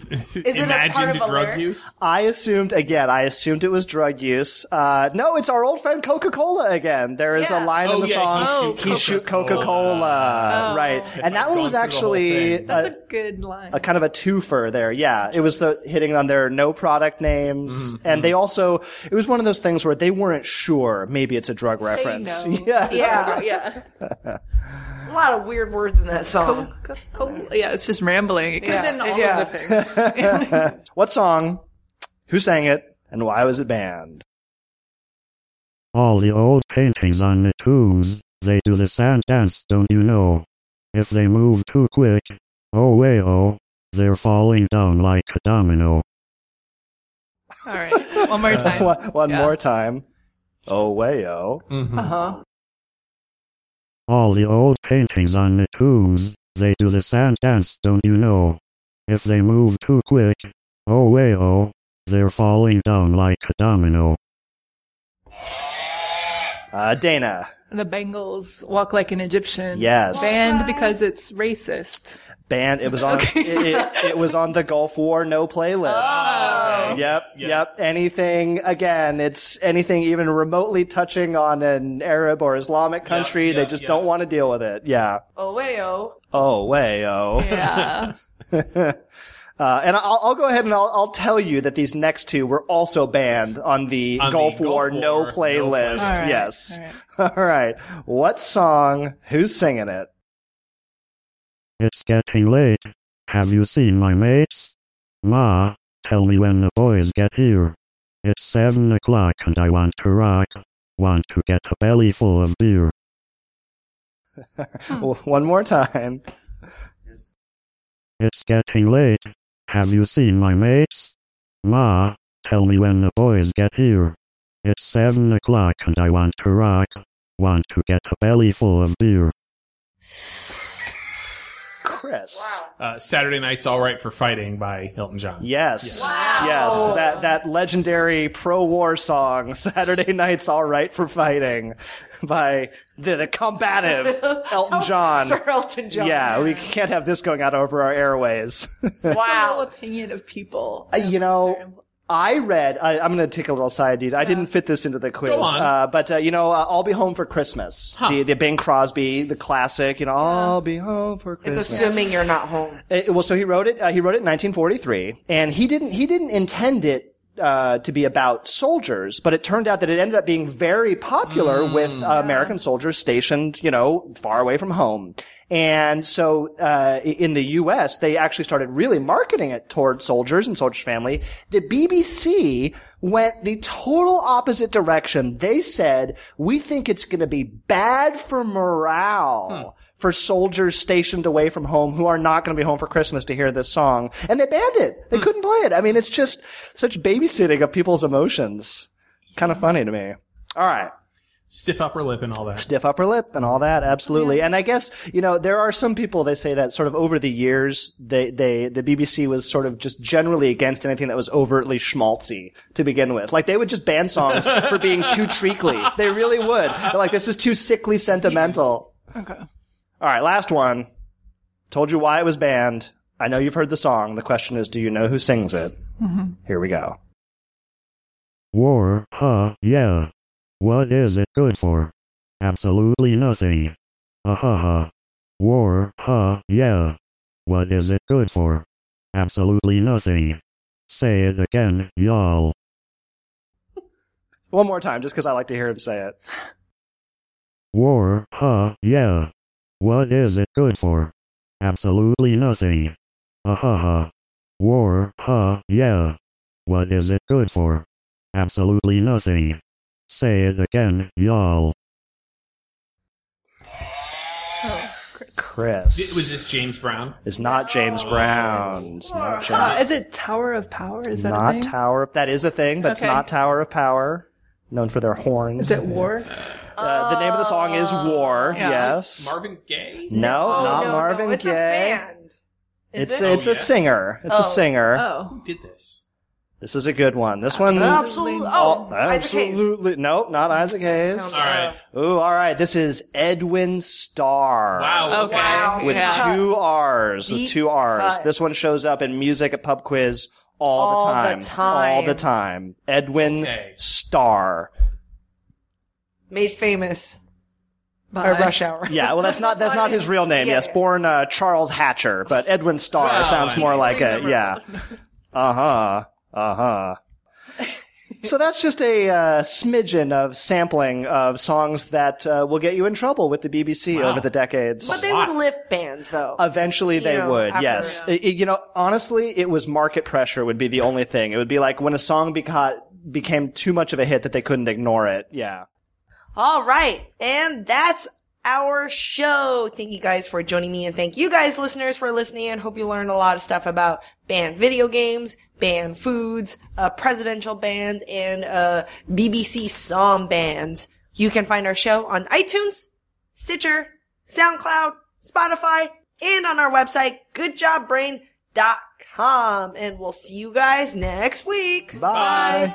Speaker 1: it a part of a lyric?
Speaker 4: use?
Speaker 2: I assumed again. I assumed it was drug use. Uh, no, it's our old friend Coca Cola again. There is a line in
Speaker 4: Oh,
Speaker 2: the
Speaker 4: yeah,
Speaker 2: song.
Speaker 4: he shoot
Speaker 2: he shoot Coca
Speaker 4: Coca-Cola.
Speaker 2: Cola,
Speaker 3: Oh.
Speaker 2: right?
Speaker 3: If
Speaker 2: and that one was actually
Speaker 3: That's
Speaker 2: a-
Speaker 3: a good line.
Speaker 2: a kind of a twofer there. Yeah, it was the hitting on their no product names,
Speaker 4: Mm-hmm,
Speaker 2: and they also it was one of those things where they weren't sure. Maybe it's a drug reference. Yeah,
Speaker 3: yeah, yeah.
Speaker 1: A lot of weird words in that song.
Speaker 3: Yeah, it's just rambling. It could have been all
Speaker 1: Yeah.
Speaker 3: of the things.
Speaker 2: what song? Who sang it? And why was it banned?
Speaker 12: All the old paintings on the tombs, they do the sand dance, don't you know? If they move too quick, oh way oh, they're falling down like a domino.
Speaker 3: All right, one more time.
Speaker 2: one one more time. Oh way oh.
Speaker 3: Uh huh.
Speaker 12: All the old paintings on the tombs, they do the sand dance, don't you know? If they move too quick, oh way oh, they're falling down like a domino.
Speaker 2: Uh, Dana.
Speaker 3: The Bengals walk like an Egyptian.
Speaker 2: Yes.
Speaker 3: Banned because it's racist.
Speaker 2: band. It was on. it, it, it was on the Gulf War no playlist.
Speaker 4: Oh.
Speaker 1: Oh.
Speaker 2: Yep, yep, Anything again? It's anything even remotely touching on an Arab or Islamic country. they just don't want to deal with it. Yeah.
Speaker 1: Oh, way, oh.
Speaker 2: Oh way oh.
Speaker 1: Yeah.
Speaker 2: uh, and I'll, I'll go ahead and I'll, I'll tell you that these next two were also banned on the
Speaker 4: On the
Speaker 2: Gulf,
Speaker 4: Gulf
Speaker 2: War, no
Speaker 4: War no
Speaker 2: playlist.
Speaker 4: playlist. All right,
Speaker 2: Yes. all right. What song? Who's singing it?
Speaker 12: It's getting late. Have you seen my mates? Ma, tell me when the boys get here. It's seven o'clock and I want to rock. Want to get a belly full of beer.
Speaker 4: Hmm.
Speaker 2: W- One more time.
Speaker 12: It's getting late. Have you seen my mates? Ma, tell me when the boys get here. It's seven o'clock and I want to rock. Want to get a belly full of beer.
Speaker 2: Chris.
Speaker 4: Uh, Saturday Night's All Right for Fighting by Elton John.
Speaker 2: Yes. Yes. That that legendary pro war song, Saturday Night's All Right for Fighting by the, the combative Elton John.
Speaker 1: Sir Elton Oh, John.
Speaker 2: Yeah, we can't have this going out over our airways.
Speaker 3: Wow. opinion of people.
Speaker 2: Uh, you know, I read. I, I'm going to take a little side deed. I didn't fit this into the quiz,
Speaker 4: Go on.
Speaker 2: Uh, but uh, you know, uh, "I'll Be Home for Christmas," the the Bing Crosby, the classic. You know, "I'll Be Home for
Speaker 1: It's
Speaker 2: Christmas."
Speaker 1: assuming you're not home.
Speaker 2: It- well, so he wrote it. Uh, he wrote it in 1943, and he didn't. He didn't intend it. Uh, to be about soldiers, but it turned out that it ended up being very popular with uh, American soldiers stationed, you know, far away from home. And so, uh, i- in the U.S., they actually started really marketing it toward soldiers and soldiers' family. The BBC went the total opposite direction. They said, "We think it's going to be bad for morale." for soldiers stationed away from home who are not going to be home for Christmas to hear this song. And they banned it. They couldn't play it. I mean, it's just such babysitting of people's emotions. Kind of funny to me. Hmm. All right.
Speaker 4: Stiff upper lip and all that.
Speaker 2: Stiff upper lip and all that, absolutely. And I guess, you know, there are some people they say that sort of over the years, they, they, the BBC was sort of just generally against anything that was overtly schmaltzy to begin with. Like they would just ban songs for being too treacly. They really would. They're like, this is too sickly sentimental.
Speaker 3: Okay.
Speaker 2: All right, last one. Told you why it was banned. I know you've heard the song. The question is, do you know who sings it?
Speaker 3: Mhm.
Speaker 2: Here we go.
Speaker 12: War, huh, yeah. What is it good for? Absolutely nothing. Ah ha ha. War, huh, yeah. What is it good for? Absolutely nothing. Say it again, y'all.
Speaker 2: One more time, just because I like to hear him say it.
Speaker 12: War, huh, yeah. What is it good for? Absolutely nothing. Ah ha ha. War, huh, yeah. What is it good for? Absolutely nothing. Say it again, y'all.
Speaker 2: Chris.
Speaker 4: Di- was this James Brown?
Speaker 2: It's not James Brown. It's not James.
Speaker 3: Uh, is it Tower of Power? Is that a
Speaker 2: not
Speaker 3: thing?
Speaker 2: Tower. Of, that is a thing, but it's
Speaker 3: Okay.
Speaker 2: not Tower of Power. Known for their horns.
Speaker 3: is it War?
Speaker 2: Uh, the name of the song is War.
Speaker 3: Yeah.
Speaker 2: Yes.
Speaker 4: Marvin Gaye?
Speaker 2: No,
Speaker 1: Oh,
Speaker 2: not
Speaker 1: no, no,
Speaker 2: Marvin
Speaker 1: it's a
Speaker 2: Gaye.
Speaker 1: band. Is
Speaker 2: It's
Speaker 1: it?
Speaker 2: it's a singer. It's
Speaker 1: Oh.
Speaker 2: a singer.
Speaker 3: Oh.
Speaker 4: Who did this?
Speaker 2: This is a good one. This one,
Speaker 1: Absolutely. Oh, Isaac Hayes.
Speaker 2: absolutely. No, not Isaac Hayes.
Speaker 1: All right.
Speaker 2: Ooh, all right. This is Edwin Starr.
Speaker 4: Wow. Okay. Wow.
Speaker 2: With
Speaker 4: Yeah.
Speaker 2: two R's. With
Speaker 4: Deep
Speaker 2: two R's.
Speaker 4: cut.
Speaker 2: This one shows up in music at pub quiz all,
Speaker 1: All
Speaker 2: the
Speaker 1: the
Speaker 2: time. All the
Speaker 1: time.
Speaker 2: time. Edwin Starr.
Speaker 1: Made famous by,
Speaker 2: By-
Speaker 1: Rush Hour.
Speaker 2: Yeah, well, that's not that's not his real name. yes, born uh, Charles Hatcher, but Edwin Starr
Speaker 1: Wow.
Speaker 2: sounds more like a yeah. Uh huh. Uh huh. so that's just a uh, smidgen of sampling of songs that uh, will get you in trouble with the BBC over the decades.
Speaker 1: But they would lift bands though.
Speaker 2: Eventually,
Speaker 1: You
Speaker 2: they
Speaker 1: know,
Speaker 2: would.
Speaker 1: after-
Speaker 2: yes, I- I- you know, honestly, it was market pressure would be the only thing. It would be like when a song beca- became too much of a hit that they couldn't ignore it. Yeah.
Speaker 1: All right. And that's our show. Thank you guys for joining me and thank you guys listeners for listening and hope you learned a lot of stuff about banned video games, banned foods, uh, presidential bans, and, uh, BBC song bans. You can find our show on iTunes, Stitcher, SoundCloud, Spotify, and on our website, goodjobbrain.com. And we'll see you guys next week.
Speaker 2: Bye.